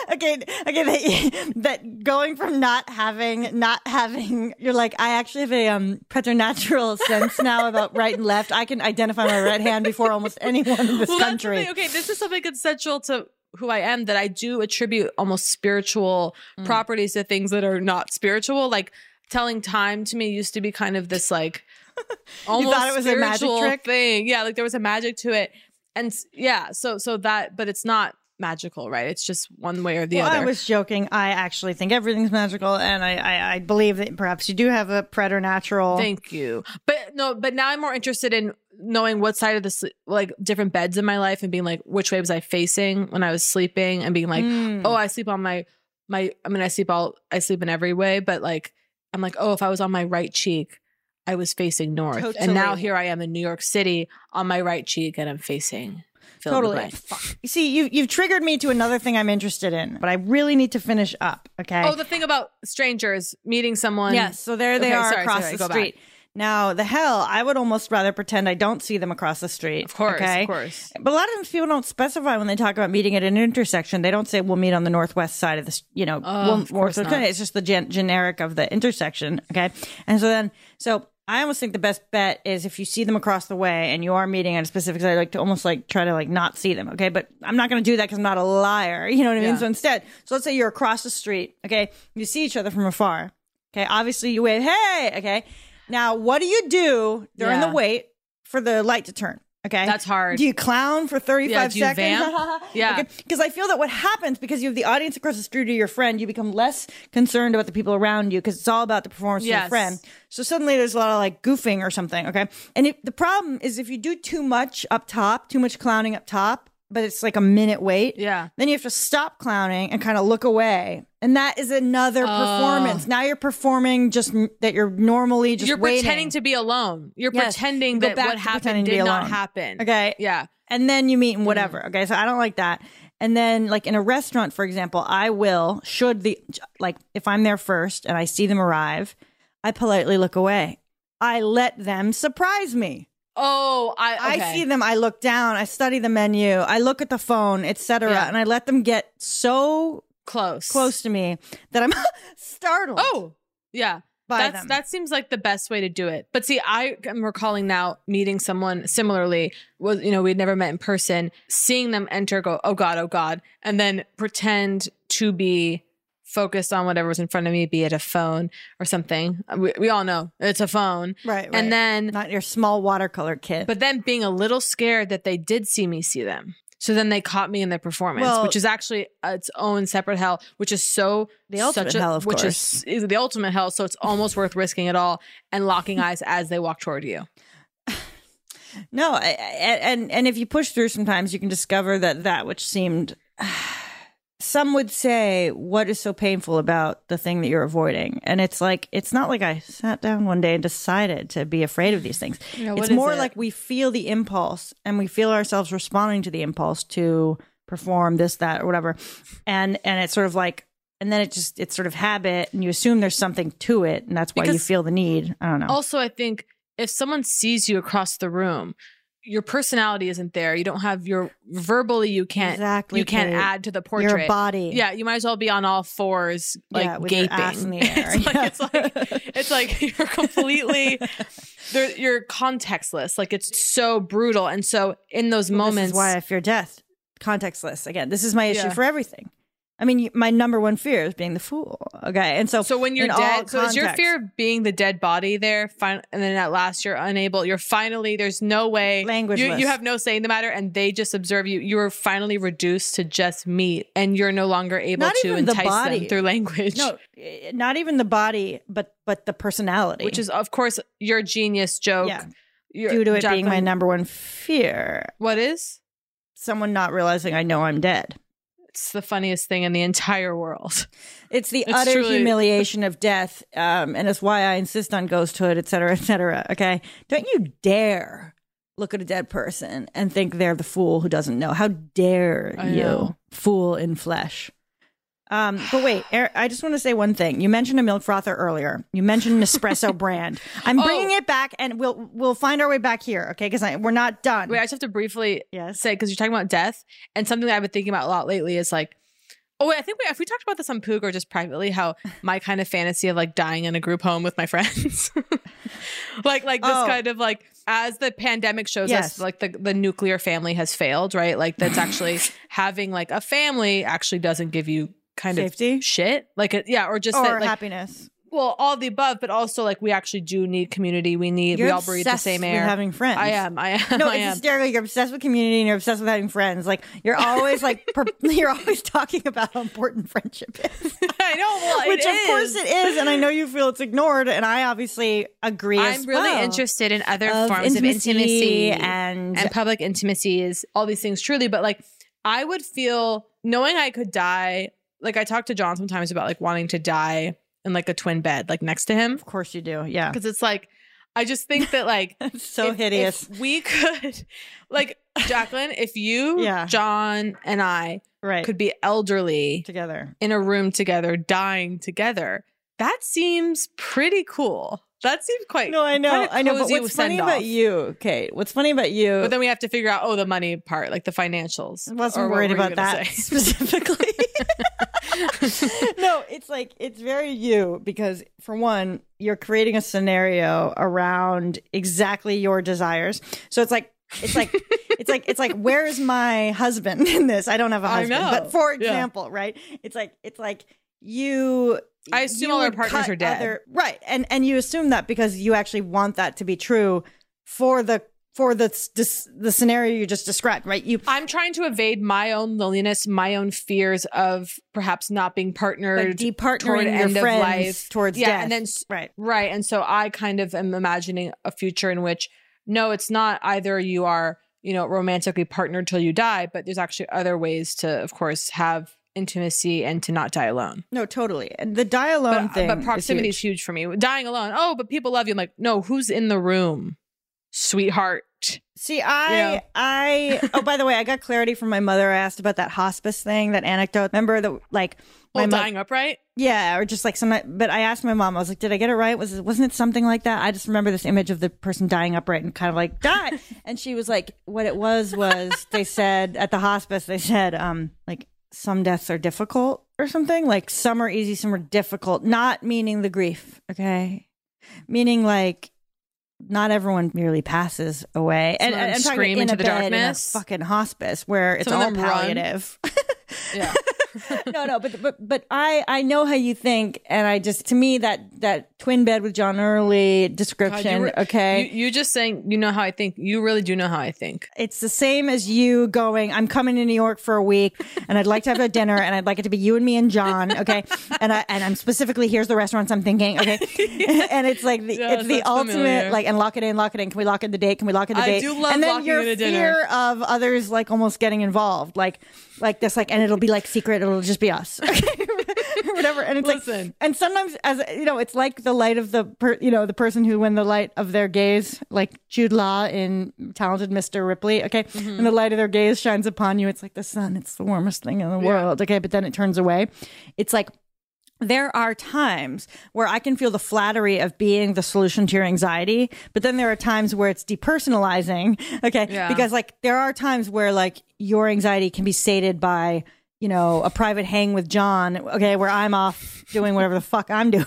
B: again, again, that, that going from not having, not having, you're like, I actually have a um, preternatural sense now about right and left. I can identify my right hand before almost anyone in this
C: well, that's
B: country.
C: something- okay, this is something essential to who I am that I do attribute almost spiritual
B: Mm.
C: properties to things that are not spiritual. Like telling time to me used to be kind of this like um, almost
B: it was a magic
C: spiritual
B: trick?
C: thing. Yeah, like there was a magic to it, and s- yeah, so so that, but it's not magical, right? It's just one way or the
B: well,
C: other.
B: I was joking. I actually think everything's magical, and I, I, I believe that perhaps you do have a preternatural.
C: Thank you. But no, but now I'm more interested in knowing what side of the sle- like different beds in my life and being like which way was I facing when I was sleeping and being like,
B: Mm.
C: "Oh, I sleep on my my I mean I sleep all I sleep in every way, but like I'm like, "Oh, if I was on my right cheek, I was facing north." And now
B: Totally.
C: here I am in New York City on my right cheek and I'm facing fill in the
B: Totally.
C: blank.
B: Fuck. You see, you you've triggered me to another thing I'm interested in, but I really need to finish up. Okay.
C: Oh, the thing about strangers meeting someone.
B: Yes, so there they
C: Okay,
B: are
C: sorry,
B: across
C: sorry,
B: the
C: go back.
B: street. Now, the hell, I would almost rather pretend I don't see them across the street. Of
C: course, of course.
B: But a lot of times people don't specify when they talk about meeting at an intersection. They don't say we'll meet on the northwest side of the, s- you know,
C: Oh,
B: we'll-
C: of course
B: northwest
C: not.
B: side. it's just the gen- generic of the intersection. Okay. And so then, so I almost think the best bet is if you see them across the way and you are meeting at a specific side, like to almost like try to like not see them. Okay. But I'm not going to do that because I'm not a liar. You know what I mean?
C: Yeah.
B: So instead, so let's say you're across the street. Okay. You see each other from afar. Okay. Obviously, you wave, hey. Okay. Now, what do you do during
C: Yeah.
B: the wait for the light to turn? Okay.
C: That's hard.
B: Do you clown for 35
C: Yeah, do you
B: seconds?
C: vamp? Yeah.
B: Because I feel that what happens because you have the audience across the street or your friend, you become less concerned about the people around you because it's all about the performance of
C: Yes.
B: your friend. So suddenly there's a lot of like goofing or something. Okay. And if, the problem is if you do too much up top, too much clowning up top, but it's like a minute wait.
C: Yeah.
B: Then you have to stop clowning and kind of look away. And that is another
C: Oh.
B: performance. Now you're performing just n- that you're normally just
C: You're
B: waiting.
C: pretending to be alone. You're
B: Yes.
C: pretending
B: Go
C: that
B: back
C: what
B: to
C: happened
B: pretending to
C: did
B: be
C: not
B: alone.
C: happen.
B: Okay.
C: Yeah.
B: And then you meet and whatever.
C: Mm.
B: Okay. So I don't like that. And then, like in a restaurant, for example, I will, should the, like, if I'm there first and I see them arrive, I politely look away. I let them surprise me.
C: Oh, I okay.
B: I see them. I look down. I study the menu. I look at the phone, etc.
C: Yeah.
B: And I let them get so
C: close
B: close to me that I'm startled.
C: Oh, yeah.
B: by
C: That's
B: them.
C: that seems like the best way to do it. But see, I am recalling now meeting someone similarly was you know we'd never met in person, seeing them enter, go oh god, oh god, and then pretend to be focused on whatever was in front of me, be it a phone or something. We, we all know it's a phone,
B: Right, right.
C: And then
B: not your small watercolor kid.
C: but then being a little scared that they did see me see them. So then they caught me in their performance,
B: Well-
C: which is actually uh, its own separate hell, which is so
B: The ultimate
C: such a,
B: hell, of
C: which
B: course.
C: is, is the ultimate hell. So it's almost worth risking it all and locking eyes as they walk toward you.
B: No, I, I, and and if you push through, sometimes you can discover that that which seemed. Some would say, "What is so painful about the thing that you're avoiding?" And it's like it's not like I sat down one day and decided to be afraid of these things.
C: Yeah, what
B: it's
C: is
B: more
C: it?
B: like we feel the impulse and we feel ourselves responding to the impulse to perform this, that, or whatever. And and it's sort of like, and then it just it's sort of habit, and you assume there's something to it, and that's why you
C: Because-
B: feel the need. I don't know.
C: Also, I think if someone sees you across the room, your personality isn't there. You don't have your verbally. You can't
B: Exactly,
C: You can't
B: Kate.
C: add to the
B: Your
C: portrait.
B: body.
C: Yeah, you might as well be on all fours, like
B: yeah, with
C: gaping.
B: your ass in the air.
C: it's like it's like you're completely they're, you're contextless like it's so brutal and so in those
B: Well,
C: moments
B: This is why I fear death. Contextless. Again, this is my issue
C: Yeah.
B: for everything. I mean, y- my number one fear is being the fool. Okay, and so
C: so when you're
B: in all
C: dead so is your
B: contexts-
C: fear of being the dead body there fin- and then at last you're unable you're finally there's no way language you,
B: Languageless.
C: you have no say in the matter and they just observe you you're finally reduced to just meat and you're no longer able
B: Not
C: to
B: even the
C: entice them
B: body.
C: through language
B: No, eh, not even the body, but but the personality,
C: which is of course your genius joke
B: Yeah.
C: Your-
B: due to it being my
C: Jacqueline-
B: number one fear.
C: what is
B: someone not realizing I know I'm dead.
C: It's the funniest thing in the entire world.
B: It's the utter
C: truly-
B: humiliation of death, um, and it's why I insist on ghosthood, et cetera, et cetera. Okay, don't you dare look at a dead person and think they're the fool who doesn't know. How dare
C: I
B: you,
C: know.
B: fool in flesh? Um, but wait, Eric, I just want to say one thing. You mentioned a milk frother earlier. You mentioned an espresso brand. I'm bringing
C: Oh.
B: it back, and we'll we'll find our way back here, okay? Because we're not done.
C: Wait, I just have to briefly say because you're talking about death, and something that I've been thinking about a lot lately is like, oh wait, I think we if we talked about this on Poog or just privately, how my kind of fantasy of like dying in a group home with my friends, like like this
B: Oh.
C: kind of like as the pandemic shows
B: Yes.
C: us, like the the nuclear family has failed, right? Like that's actually having like a family actually doesn't give you kind of shit, like it, yeah, or just
B: or
C: that, like,
B: happiness.
C: well, all the above, but also like we actually do need community. We need
B: You're
C: we all breathe the
B: obsessed
C: same
B: with
C: air.
B: having friends.
C: I am. I am.
B: No,
C: I
B: it's
C: am.
B: hysterical. You're obsessed with community and you're obsessed with having friends. Like you're always like per- you're always talking about how important friendship is.
C: I know, well,
B: which
C: it
B: of course
C: is.
B: it is, and I know you feel it's ignored, and I obviously agree. as
C: I'm really
B: well.
C: interested in other
B: Of
C: forms
B: intimacy
C: of intimacy
B: and-
C: and public intimacies, all these things truly. But like, I would feel knowing I could die. Like I talk to John sometimes about like wanting to die in like a twin bed, like next to him. Of
B: course you do, yeah.
C: Because it's like I just think that like
B: so
C: if- if
B: hideous.
C: we could, like Jacqueline, if you,
B: Yeah.
C: John, and I,
B: Right.
C: could be elderly
B: together
C: in a room together, dying together. That seems pretty cool. That seems quite
B: No, I know,
C: kinda
B: I know. But
C: cozy
B: what's funny
C: send-off.
B: about you, Kate? What's funny about you?
C: But then we have to figure out oh the money part, like the financials.
B: wasn't
C: Or what
B: worried
C: were you
B: about
C: gonna
B: that
C: say?
B: specifically. no, it's like it's very you because for one, you're creating a scenario around exactly your desires. So it's like it's like it's like it's like where is my husband in this? I don't have a
C: I
B: husband.
C: know.
B: But for
C: Yeah.
B: example, right? It's like it's like you
C: I assume
B: you
C: all our
B: would
C: partners
B: cut
C: are dead.
B: right and and you assume that because you actually want that to be true for the for the s- dis- the scenario you just described right you
C: I'm trying to evade my own loneliness, my own fears of perhaps not being partnered,
B: Like
C: toward
B: departnering your
C: end of
B: friends
C: life,
B: towards
C: yeah,
B: death.
C: and then
B: right,
C: right, and so I kind of am imagining a future in which no, it's not either you are you know romantically partnered till you die, but there's actually other ways to, of course, have intimacy and to not die alone.
B: no totally and the die alone
C: but,
B: thing
C: but proximity is huge. for me. Dying alone, oh, but people love you. I'm like, no, who's in the room, sweetheart?
B: See, I,
C: Yeah.
B: I. Oh, by the way, I got clarity from my mother. I asked about that hospice thing, that anecdote. Remember the like
C: Well,
B: my mo-
C: dying upright.
B: Yeah, or just like some. But I asked my mom. I was like, "Did I get it right? Was it, wasn't it something like that?" I just remember this image of the person dying upright and kind of like died. and she was like, "What it was was they said at the hospice they said um like some deaths are difficult or something like some are easy, some are difficult. Not meaning the grief, okay? Meaning like." Not everyone merely passes away,
C: Some
B: and,
C: of
B: and
C: them
B: I'm talking
C: scream
B: in
C: into
B: a
C: the
B: bed
C: darkness.
B: in a fucking hospice where it's
C: Some of
B: all
C: them run.
B: palliative no, no, but but but I I know how you think, and I just to me that that twin bed with John Early
C: God,
B: description,
C: you were-
B: okay,
C: You, you just saying, you know how I think. You really do know how I think.
B: it's the same as you going. I'm coming to New York for a week, and I'd like to have a dinner, and I'd like it to be you and me and John, okay, and I and I'm specifically here's the restaurants I'm thinking, okay, and it's like the,
C: Yes,
B: it's the
C: that's
B: ultimate
C: familiar.
B: like and lock it in, lock it in. Can we lock in the date? Can we lock in the
C: I
B: date?
C: do love
B: and then
C: locking
B: your
C: in a
B: fear
C: dinner.
B: of others like almost getting involved, like like this, like and it'll be like secret. It'll just be us. whatever. And it's like, and sometimes as you know, it's like the light of the per, you know the person who when the light of their gaze, like Jude Law in Talented Mr. Ripley. Okay,
C: Mhm.
B: and the light of their gaze shines upon you. It's like the sun. It's the warmest thing in the world. Okay, but then it turns away. It's like. There are times where I can feel the flattery of being the solution to your anxiety, but then there are times where it's depersonalizing. Okay.
C: Yeah.
B: Because like there are times where like your anxiety can be sated by you know a private hang with john okay where i'm off doing whatever the fuck i'm doing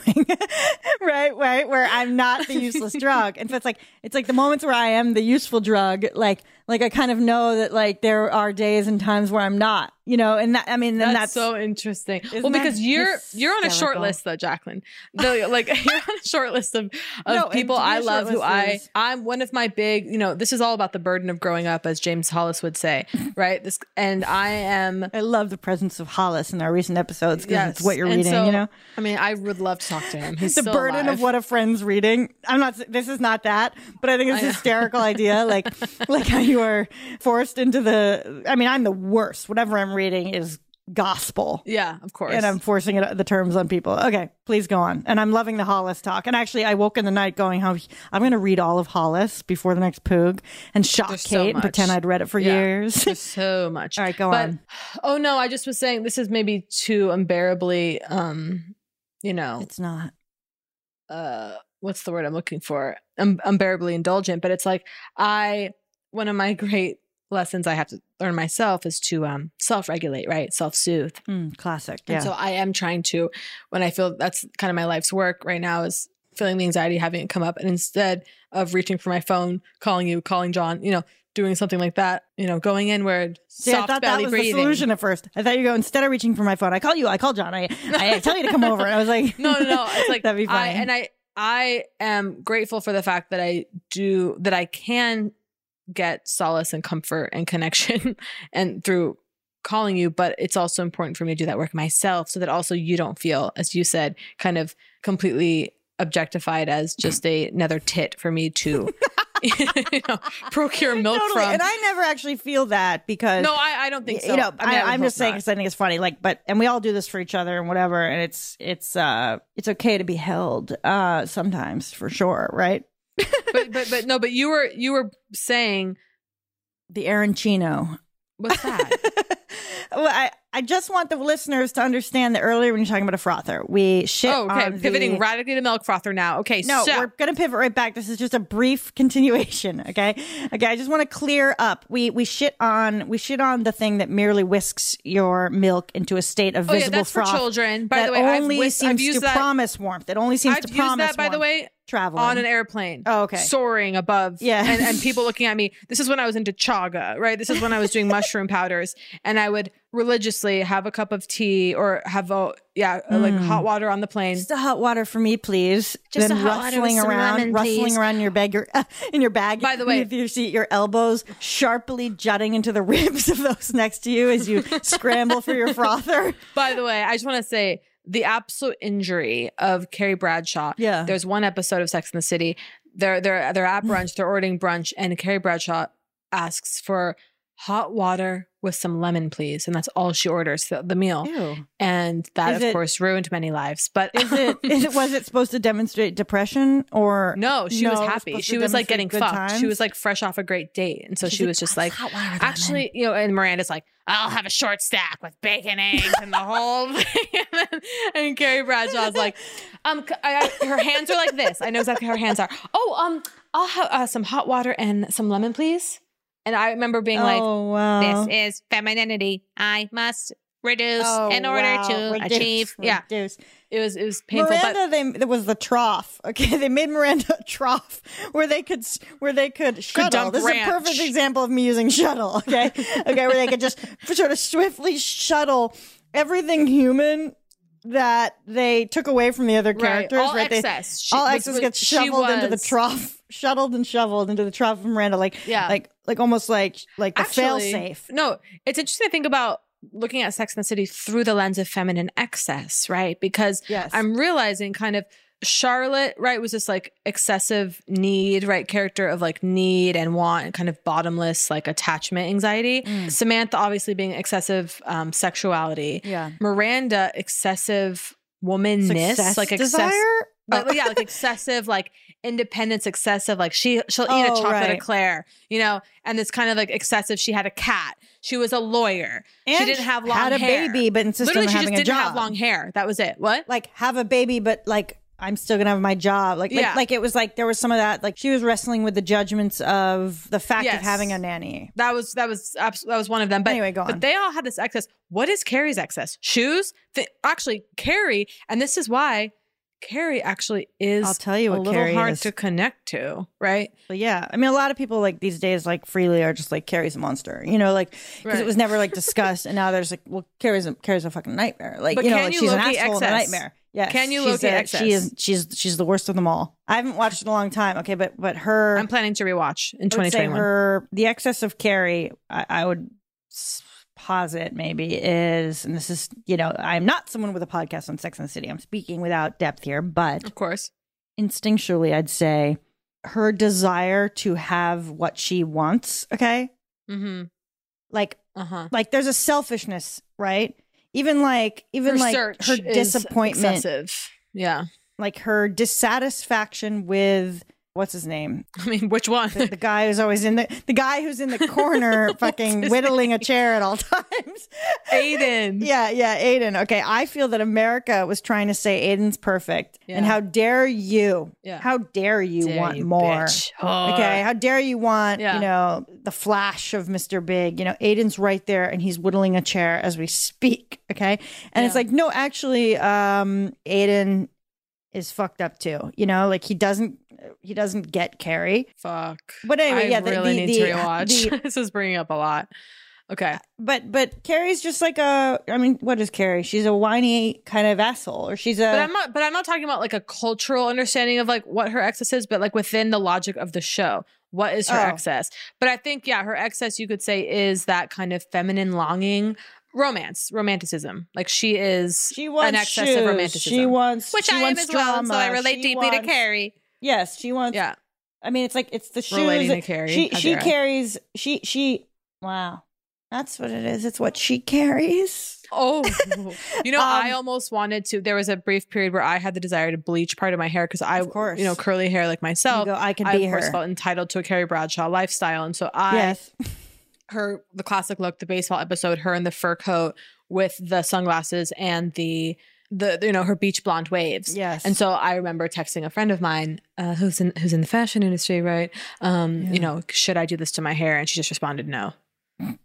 B: right right where i'm not the useless drug and so it's like it's like the moments where i am the useful drug like like i kind of know that like there are days and times where i'm not you know, and that I mean, then that's,
C: so interesting.
B: Isn't
C: well, because
B: that
C: you're you're on a short
B: hysterical?
C: list though, Jacqueline. The, like you're on a short list of of
B: No, and
C: people
B: to me,
C: I
B: a
C: love
B: short
C: who
B: list
C: I
B: is-
C: I'm one of my big. You know, this is all about the burden of growing up, as James Hollis would say, right? This and I am.
B: I love the presence of Hollis in our recent episodes because
C: Yes,
B: it's what you're
C: and
B: reading.
C: so,
B: you know,
C: I mean, I would love to talk to him. He's
B: the
C: still
B: burden
C: alive.
B: of what a friend's reading. I'm not. This is not that, but I think it's a hysterical idea. Like, like how you are forced into the. I mean, I'm the worst. Whatever I'm reading is gospel.
C: Yeah, of course.
B: And I'm forcing it, the terms on people. Okay, please go on. And I'm loving the Hollis talk. And actually, I woke in the night going, "How I'm going to read all of Hollis before the next Poog and shock
C: There's
B: Kate
C: so
B: and pretend
C: much.
B: I'd read it for
C: Yeah.
B: years."
C: There's so much.
B: all right, go
C: but
B: on.
C: oh no, I just was saying this is maybe too unbearably um, you know,
B: It's not.
C: uh what's the word I'm looking for? Um, unbearably indulgent, but it's like I one of my great lessons I have to learn myself is to um self-regulate, right? Self-soothe.
B: Mm, classic.
C: And
B: Yeah.
C: so I am trying to, when I feel that's kind of my life's work right now is feeling the anxiety, having it come up. And instead of reaching for my phone, calling you, calling John, you know, doing something like that, you know, going inward,
B: See, I
C: soft
B: thought that
C: belly
B: was
C: breathing.
B: the solution at first. I thought you go instead of reaching for my phone. I call you. I call John. I, I tell you to come over. And I was like,
C: no, no, no. It's like
B: that'd be
C: I,
B: fine.
C: and I, I am grateful for the fact that I do that. I can get solace and comfort and connection, and through calling you. But it's also important for me to do that work myself, so that also you don't feel, as you said, kind of completely objectified as just
B: Mm.
C: a, another tit for me to you know, procure milk
B: totally.
C: from.
B: And I never actually feel that because
C: no, I, I don't think so.
B: you know
C: I mean, I would
B: I, am
C: hope
B: just saying
C: not.
B: because I think it's funny. Like, but and we all do this for each other and whatever. And it's it's uh it's okay to be held uh sometimes for sure, right?
C: but but but no, but you were you were saying
B: The Arancino.
C: what's that?
B: Well, I, I just want the listeners to understand that earlier when you're talking about a frother, we shit.
C: oh, okay.
B: on
C: Pivoting
B: the,
C: radically to milk frother now. Okay,
B: No,
C: so
B: we're going to pivot right back. This is just a brief continuation, okay? Okay, I just want to clear up. We we shit on we shit on the thing that merely whisks your milk into a state of
C: Oh, yeah,
B: visible
C: that's for
B: froth.
C: children. By the
B: that
C: way, I've
B: only
C: whis- I've
B: seems
C: used
B: to
C: that-
B: promise warmth. It only seems
C: I've
B: to promise.
C: used that, by the
B: warmth.
C: way,
B: traveling
C: on an airplane.
B: Oh, okay.
C: Soaring above.
B: Yeah.
C: And, and people looking at me. This is when I was into chaga, right? This is when I was doing mushroom powders. And I would religiously have a cup of tea or have, a, yeah, like
B: Mm.
C: hot water on the plane.
B: Just a hot water for me, please.
C: Just
B: then
C: a hot water with
B: rustling
C: some
B: around,
C: lemon,
B: rustling
C: please.
B: around your bag, your, in your bag.
C: By the way-
B: beneath your seat, your elbows sharply jutting into the ribs of those next to you as you scramble for your frother.
C: By the way, I just want to say the absolute injury of Carrie Bradshaw.
B: Yeah.
C: There's one episode of Sex in the City. They're they're they're at brunch, they're ordering brunch, and Carrie Bradshaw asks for hot water with some lemon, please. And that's all she orders, the, the meal.
B: Ew.
C: And that
B: Is
C: of
B: it-
C: course ruined many lives. But
B: Is it, is it was it supposed to demonstrate depression or
C: no, she was
B: it
C: happy.
B: supposed
C: She
B: to
C: was like
B: demonstrate
C: getting
B: good
C: fucked. She
B: times?
C: was like fresh off a great date. And so
B: She's
C: she
B: like,
C: was just
B: "That's
C: like
B: hot water with
C: actually, you know, and Miranda's like, I'll have a short stack with bacon, eggs, and the whole thing. and, then, and Carrie Bradshaw's like, um, c- I- I- her hands are like this. I know exactly how her hands are. Oh, um, I'll have uh, some hot water and some lemon, please. And I remember being like,
B: oh, wow.
C: this is femininity. I must reduce
B: Oh,
C: in order
B: wow.
C: to
B: Reduce,
C: achieve. Yeah,
B: reduce.
C: it was it was painful. but-
B: Miranda, they there was the trough. Okay, they made Miranda a trough where they could where they could shuttle.
C: dump
B: This
C: ranch.
B: is a perfect example of me using shuttle. Okay, okay, where they could just sort of swiftly shuttle everything human that they took away from the other
C: Right,
B: characters.
C: all
B: They-
C: excess. She-
B: all
C: was-
B: excess
C: was-
B: gets
C: she
B: shoveled into the
C: was-
B: trough, shuttled and shoveled into the trough of Miranda. Like
C: Yeah.
B: like like almost like like the fail
C: Actually,
B: safe.
C: No, it's interesting to think about looking at Sex and the City through the lens of feminine excess, right? Because
B: Yes.
C: I'm realizing kind of Charlotte, right, was this like excessive need, right? Character of like need and want and kind of bottomless like attachment anxiety.
B: Mm.
C: Samantha obviously being excessive um, sexuality.
B: Yeah.
C: Miranda, excessive womanness,
B: Success
C: like excess.
B: desire.
C: But yeah, like excessive, like independence, excessive. Like she, she'll eat a
B: Oh,
C: chocolate
B: right.
C: eclair, you know, and it's kind of like excessive. She had a cat. She was a lawyer. she
B: And
C: didn't have long
B: had a
C: hair.
B: baby, but insisted
C: Literally,
B: on
C: she
B: having a
C: just didn't have
B: job.
C: long hair. That was it. What?
B: like have a baby, but like I'm still gonna have my job. Like, like,
C: Yeah.
B: like it was like there was some of that. Like she was wrestling with the judgments of the fact
C: Yes.
B: of having a nanny.
C: That was that was abs- that was one of them. But
B: Anyway, go
C: But
B: on.
C: they all had this excess. What is Carrie's excess? Shoes. Th- actually, Carrie, and this is why Carrie actually is
B: I'll tell you
C: a
B: what
C: little
B: Carrie
C: hard
B: is.
C: to connect to, right?
B: But yeah, I mean, a lot of people like these days, like freely are just like Carrie's a monster, you know, like because
C: Right.
B: it was never like discussed, and now there's like, well, Carrie's a, Carrie's a fucking nightmare, like
C: But
B: you know,
C: can
B: like
C: you
B: she's an
C: locate
B: asshole and a
C: excess?
B: nightmare. Yes,
C: Can you
B: she's
C: locate
B: a-
C: excess?
B: She is, she's she's the worst of them all. I haven't watched in a long time. Okay, but but her, I'm
C: planning to rewatch in 2021.
B: Her the excess of Carrie, I, I would s- posit maybe is, and this is you know, I'm not someone with a podcast on Sex and the City. I'm speaking without depth here, but
C: of course,
B: instinctually, I'd say her desire to have what she wants. Okay,
C: Mm-hmm.
B: like
C: uh-huh.
B: like there's a selfishness, right? Even like
C: Her
B: even like
C: search
B: her
C: is
B: disappointment,
C: excessive. Yeah.
B: like her dissatisfaction with what's his name?
C: I mean, which one?
B: The, the guy who's always in the the guy who's in the corner, fucking whittling a chair at all times.
C: Aiden.
B: yeah, yeah, Aiden. Okay, I feel that America was trying to say Aiden's perfect, and
C: Yeah.
B: how dare you?
C: Yeah.
B: How dare you
C: Dare
B: want
C: you,
B: more?
C: bitch. Whore.
B: Okay, how dare you want
C: Yeah.
B: you know the flash of Mr. Big? You know, Aiden's right there, and he's whittling a chair as we speak. Okay, and it's like no, actually, um, Aiden is fucked up too. You know, like he doesn't he doesn't get Carrie.
C: Fuck.
B: But anyway,
C: I
B: yeah, the,
C: really
B: the,
C: need
B: the,
C: to rewatch.
B: the-
C: this is bringing up a lot. Okay.
B: but but Carrie's just like a. I mean, what is Carrie? She's a whiny kind of asshole, or she's a.
C: but I'm not. But I'm not talking about like a cultural understanding of like what her excess is, but like within the logic of the show, what is her
B: Oh.
C: excess? But I think yeah, her excess you could say is that kind of feminine longing, romance, romanticism. Like she is
B: she wants
C: an excess
B: shoes.
C: of romanticism.
B: She wants.
C: which
B: she
C: I am
B: wants
C: as well, and so I
B: drama.
C: relate
B: She
C: deeply to
B: wants-
C: Carrie.
B: Yes, she wants.
C: Yeah.
B: I mean, it's like it's the shoes.
C: Relating
B: that-
C: to Carrie.
B: She
C: How
B: she
C: dare I.
B: carries. She she. Wow, that's what it is. It's what she carries.
C: Oh, you know,
B: Um,
C: I almost wanted to. There was a brief period where I had the desire to bleach part of my hair because I, of
B: course.
C: you know, curly hair like myself.
B: go, "I could
C: I
B: be
C: of course
B: her."
C: felt entitled to a Carrie Bradshaw lifestyle, and so I,
B: Yes.
C: her the classic look, the baseball episode, her in the fur coat with the sunglasses and the the you know her beach blonde waves.
B: Yes.
C: and so I remember texting a friend of mine uh, who's in who's in the fashion industry, right? Um, you know, should I do this to my hair? And she just responded, no.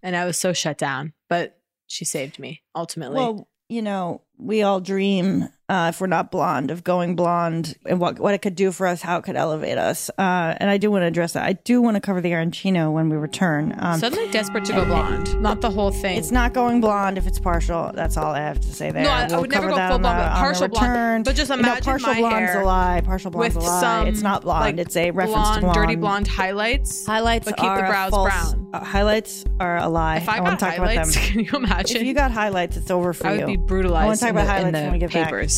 C: And I was so shut down, but she saved me ultimately.
B: Well, you know, we all dream uh, if we're not blonde of going blonde and what what it could do for us, how it could elevate us. Uh, and I do want to address that. I do want to cover the Arancino when we return. Um,
C: Suddenly desperate to go blonde. Not the whole thing.
B: It's not going blonde if it's partial. That's all I have to say there.
C: No, I- I
B: We'll
C: would never
B: cover
C: go
B: that
C: full
B: on
C: blonde,
B: the-
C: but
B: on the
C: partial blonde.
B: return.
C: But just imagine
B: no, partial
C: my
B: blonde's
C: hair
B: a lie. Partial blonde's
C: with
B: a lie.
C: some,
B: it's not blonde.
C: like,
B: it's a reference
C: blonde,
B: to blonde.
C: dirty blonde highlights.
B: Highlights
C: but keep
B: are
C: the brows
B: false.
C: brown.
B: Uh, highlights are a lie.
C: If I
B: want
C: got
B: to talk about them.
C: highlights, can you imagine?
B: If you got highlights, it's over for
C: I
B: you.
C: would be
B: I want
C: brutalized
B: to talk
C: in the-
B: about
C: in
B: highlights
C: the
B: when we get
C: papers.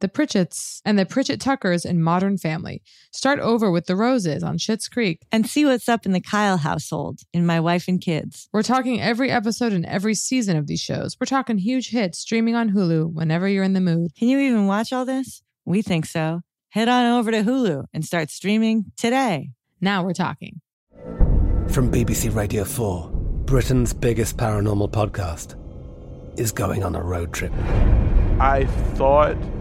A: the Pritchetts, and the Pritchett Tuckers in Modern Family. Start over with the Roses on Schitt's Creek.
I: And see what's up in the Kyle household in My Wife and Kids.
A: We're talking every episode and every season of these shows. We're talking huge hits streaming on Hulu whenever you're in the mood.
I: Can you even watch all this? We think so. Head on over to Hulu and start streaming today.
A: Now we're talking.
J: From BBC Radio 4, Britain's biggest paranormal podcast is going on a road trip.
K: I thought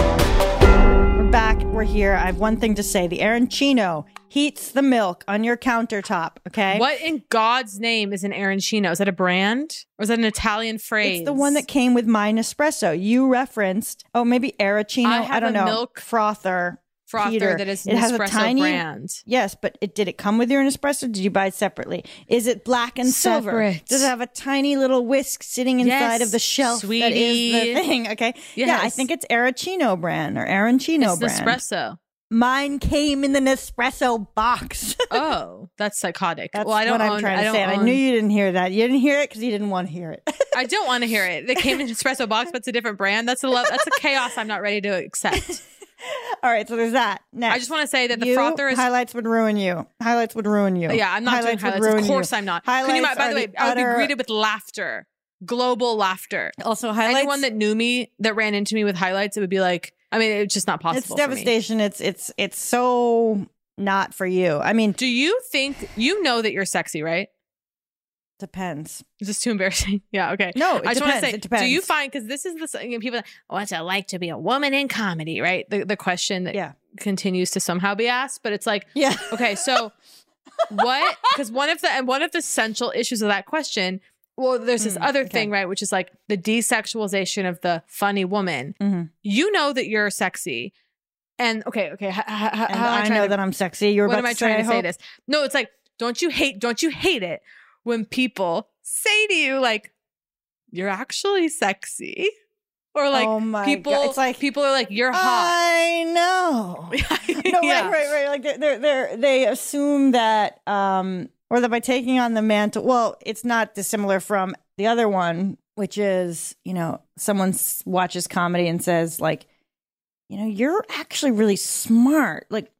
B: We're back. We're here. I have one thing to say. The arancino heats the milk on your countertop. Okay.
C: What in God's name is an arancino? Is that a brand or is that an Italian phrase?
B: It's the one that came with my Nespresso. You referenced. Oh, maybe arancino.
C: I
B: I,
C: have
B: don't
C: a
B: know.
C: milk
B: frother.
C: frother
B: heater.
C: that is
B: It has a
C: Nespresso
B: tiny-
C: brand.
B: Yes, but it did it come with your Nespresso? Did you buy it separately? Is it black and silver?
C: Separate.
B: Does it have a tiny little whisk sitting inside
C: Yes,
B: of the shelf that is
C: sweetie.
B: the thing? Okay. Yeah, I
C: Yes.
B: think it's Arancino brand or Arancino
C: it's
B: brand.
C: Nespresso.
B: Mine came in the Nespresso box.
C: oh, that's psychotic.
B: That's
C: well, I don't
B: what
C: own,
B: I'm trying to
C: I don't
B: say. and I
C: own-
B: knew you didn't hear that. You didn't hear it because you didn't want to hear it.
C: I don't want to hear it. They came in an espresso box, but it's a different brand. That's a lo- that's a chaos I'm not ready to accept.
B: All right, so there's that. Next.
C: I just want to say that the
B: You-
C: frother is
B: highlights would ruin you. Highlights would ruin you.
C: Yeah, I'm not doing
B: would
C: highlights.
B: ruin
C: Of
B: you.
C: course, I'm not. Can you
B: Highlights
C: ima- by
B: are
C: the way, I would be
B: utter-
C: greeted with laughter, global laughter.
B: Also, highlights-
C: Anyone that knew me that ran into me with highlights, it would be like, I mean, it's just not possible.
B: It's
C: for me.
B: devastation. It's it's it's so not for you. I mean,
C: Do you think you know that you're sexy, right?
B: depends.
C: Is this too embarrassing? Yeah. Okay.
B: No, it
C: I just want to
B: depends.
C: say,
B: It depends.
C: do you find because this is the s- you know, people that what's it like to be a woman in comedy, right? The the question that continues to somehow be asked, but it's like,
B: yeah,
C: okay, so what? Because one of the and one of the central issues of that question, well, there's
B: Mm,
C: this other thing, right, which is like the desexualization of the funny woman.
B: Mm-hmm.
C: You know that you're sexy, and okay, okay, h- h- h- how
B: And
C: am
B: I
C: trying
B: know
C: to-
B: that I'm sexy. You're
C: what
B: about
C: am I
B: to say,
C: trying to say
B: hope?
C: this? No, it's like, don't you hate, don't you hate it when people say to you, like, you're actually sexy? Or like
B: Oh my God.
C: people
B: It's like,
C: people are like, you're hot.
B: I know. no,
C: Yeah.
B: right, right, right. Like they're, they're, they're, they assume that, um, or that by taking on the mantle, well, it's not dissimilar from the other one, which is, you know, someone s- watches comedy and says, like, you know, you're actually really smart. Like,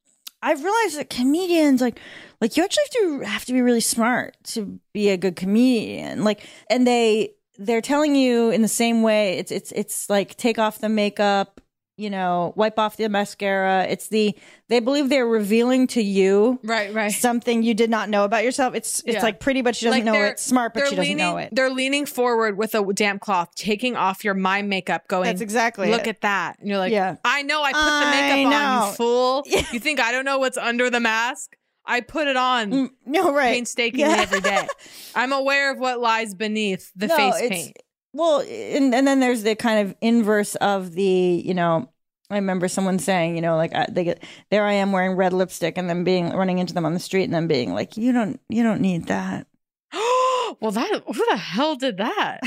B: I've realized that comedians, like, like you actually have to have to be really smart to be a good comedian. Like, and they they're telling you in the same way. It's it's it's like take off the makeup, you know, wipe off the mascara. It's the they believe they're revealing to you
C: right, right
B: something you did not know about yourself. It's it's
C: Yeah.
B: like pretty, but she doesn't
C: Like,
B: know
C: they're-
B: it. Smart, but
C: they're
B: she doesn't know
C: leaning-
B: it.
C: They're leaning forward with a damp cloth, taking off your my makeup, going,
B: That's exactly
C: Look
B: it.
C: at that. And you're like,
B: Yeah.
C: I know I put the
B: I
C: makeup on,
B: know.
C: you fool. You think I don't know what's under the mask? I put it on
B: Mm, no, right.
C: painstakingly
B: Yeah.
C: every day. I'm aware of what lies beneath the
B: No,
C: face
B: it's-
C: paint.
B: Well, and, and then there's the kind of inverse of the, you know, I remember someone saying, you know, like I, they get there, I am wearing red lipstick, and then being running into them on the street, and then being like, you don't, you don't need that.
C: well, that who the hell did that?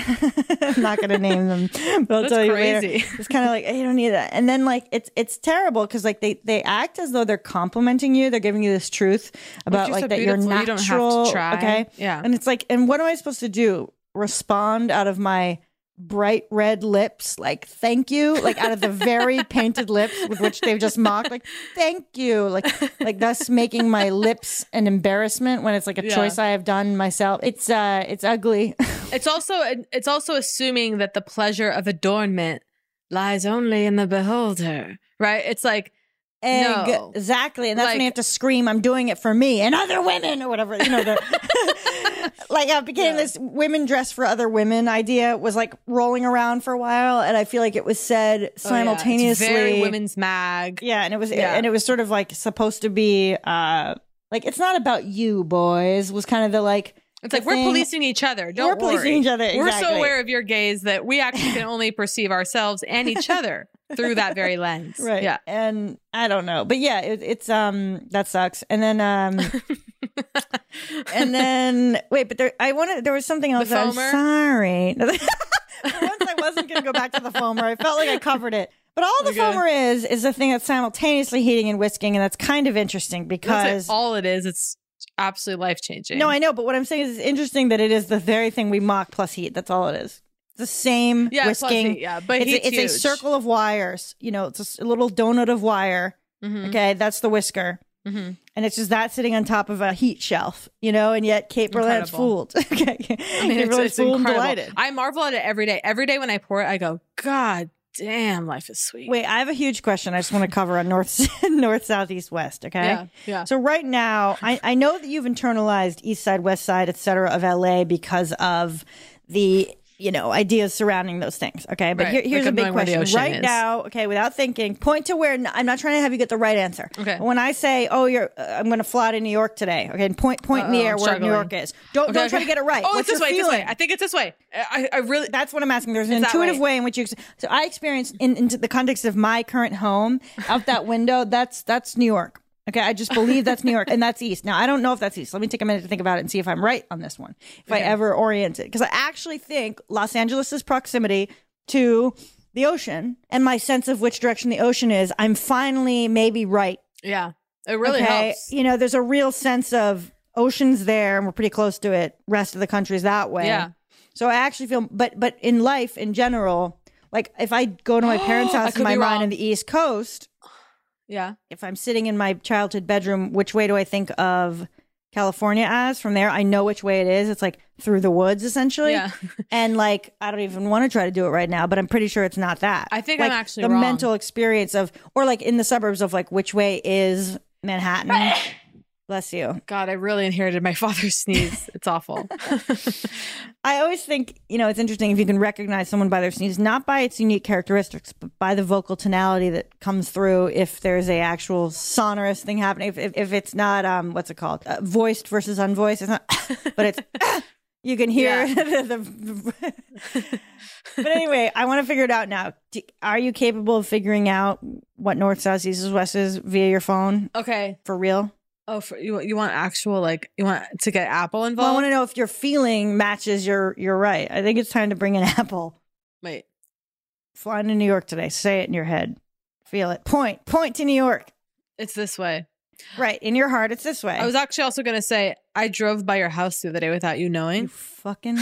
B: I'm not gonna name them, but I'll
C: That's
B: tell you
C: crazy.
B: later. It's kind of like "Hey, you don't need that, and then like it's it's terrible because like they they act as though they're complimenting you, they're giving you this truth about
C: you
B: like
C: said
B: that you're
C: beautiful,
B: natural,
C: you don't have to try.
B: okay,
C: Yeah.
B: and it's like, and what am I supposed to do? Respond out of my bright red lips, like thank you, like out of the very painted lips with which they've just mocked, like thank
C: Oh,
B: you, like like thus making my lips an embarrassment when it's like a
C: Yeah.
B: choice I have done myself. It's uh, it's ugly.
C: It's also it's also assuming that the pleasure of adornment lies only in the beholder, right? It's like
B: egg.
I: No.
B: Exactly. And that's when
I: Like-
B: you have to scream, I'm doing it for me and other women or whatever. You know, the, like I became this women dress for other women idea was like rolling around for a while. And I feel like it was said
C: Oh, yeah. It's
B: simultaneously.
C: very women's mag.
B: Yeah. And it was,
C: Yeah.
B: and it was sort of like supposed to be, uh, like it's not about you boys was kind of the like,
C: It's
B: the
C: like we're
B: thing-
C: policing each other. Don't
B: We're policing
C: worry.
B: each other,
C: We're so
B: exactly.
C: aware of your gaze that we actually can only perceive ourselves and each other through that very lens.
B: Right.
C: Yeah.
B: And I don't know. But yeah, it, it's um that sucks. And then um and then wait, but there I wanted there was something else. that I'm
C: foamer?
B: sorry. For once I wasn't gonna go back to the foamer. I felt like I covered it. But all the foamer is is the thing that's simultaneously heating and whisking, and that's kind of interesting
C: That's
B: because
C: like all it is. It's absolutely life changing.
B: No, I know, but what I'm saying is it's interesting that it is the very thing we mock plus heat. That's all it is. It's the same
C: Yeah, plus
B: whisking.
C: heat, yeah, but
B: it's,
C: heat's
B: a, it's a
C: huge.
B: circle of wires. You know, it's a s- a little donut of wire.
C: Mhm.
B: Okay, that's the whisker.
C: Mhm.
B: And it's just that sitting on top of a heat shelf, you know, and yet Kate Berlant's
C: Incredible.
B: fooled.
C: I mean,
B: okay. Kate
C: it's,
B: Berlant's
C: it's
B: fooled and
C: incredible.
B: delighted.
C: I marvel at it every day. Every day when I pour it, I go, God damn, life is sweet.
B: Wait, I have a huge question I just want to cover on north, north, south, east, west. Okay.
C: Yeah, yeah.
B: So right now, I, I know that you've internalized east side, west side, et cetera, of LA because of the, you know, ideas surrounding those things. Okay. But
C: Right,
B: here- here's
C: like
B: a
C: of
B: big
C: knowing where the
B: question.
C: ocean
B: Right
C: is.
B: now, okay, without thinking, point to where, I'm not trying to have you get the right answer.
C: Okay.
B: When I say, oh, you're, uh, I'm going to fly to New York today. Okay. And point, point in the
C: Uh-oh,
B: air
C: I'm
B: where New
C: struggling.
B: York is. Don't,
C: Okay,
B: don't try
C: okay.
B: to get it right.
C: Oh,
B: What's
C: it's this
B: your
C: way. It's this
B: feeling?
C: way. I think it's this way. I, I I really.
B: That's what I'm asking. There's an
C: It's that
B: intuitive
C: way.
B: way. in which you. So I experienced in into the context of my current home out that window. That's that's New York. Okay, I just believe that's New York and that's East. Now I don't know if that's East. Let me take a minute to think about it and see if I'm right on this one. If I
C: Okay.
B: ever orient it, because I actually think Los Angeles's proximity to the ocean and my sense of which direction the ocean is, I'm finally maybe right.
C: Yeah. It really
B: okay?
C: helps.
B: You know, there's a real sense of ocean's there and we're pretty close to it. Rest of the country's that way.
C: Yeah.
B: So I actually feel, but but in life in general, like if I go to my parents'
C: I
B: house in
C: could
B: my
C: be
B: mind
C: wrong.
B: on the East Coast,
C: Yeah.
B: if I'm sitting in my childhood bedroom, which way do I think of California as? From there, I know which way it is. It's like through the woods essentially.
C: Yeah.
B: and like I don't even want to try to do it right now, but I'm pretty sure it's not that.
C: I think
B: like,
C: I'm actually
B: the
C: wrong.
B: mental experience of, or like in the suburbs of like which way is Manhattan. Bless you.
C: God, I really inherited my father's sneeze. It's awful.
B: I always think, you know, it's interesting if you can recognize someone by their sneeze, not by its unique characteristics, but by the vocal tonality that comes through if there's a actual sonorous thing happening. If, if, if it's not, um, what's it called? Uh, voiced versus unvoiced. It's not, but it's, you can hear the, the- but anyway, I want to figure it out now. Do, are you capable of figuring out what north, south, east, west is via your phone?
C: okay.
B: For real?
C: Oh, for, you you want actual like you want to get Apple
B: Well, I
C: involved?
B: want to know if your feeling matches your, your right. I think it's time to bring an apple.
C: Wait.
B: flying to New York today. Say it in your head. Feel it. Point. Point to New York.
C: It's this way.
B: Right. In your heart, it's this way.
C: I was actually also going to say I drove by your house the other day without you knowing.
B: fucking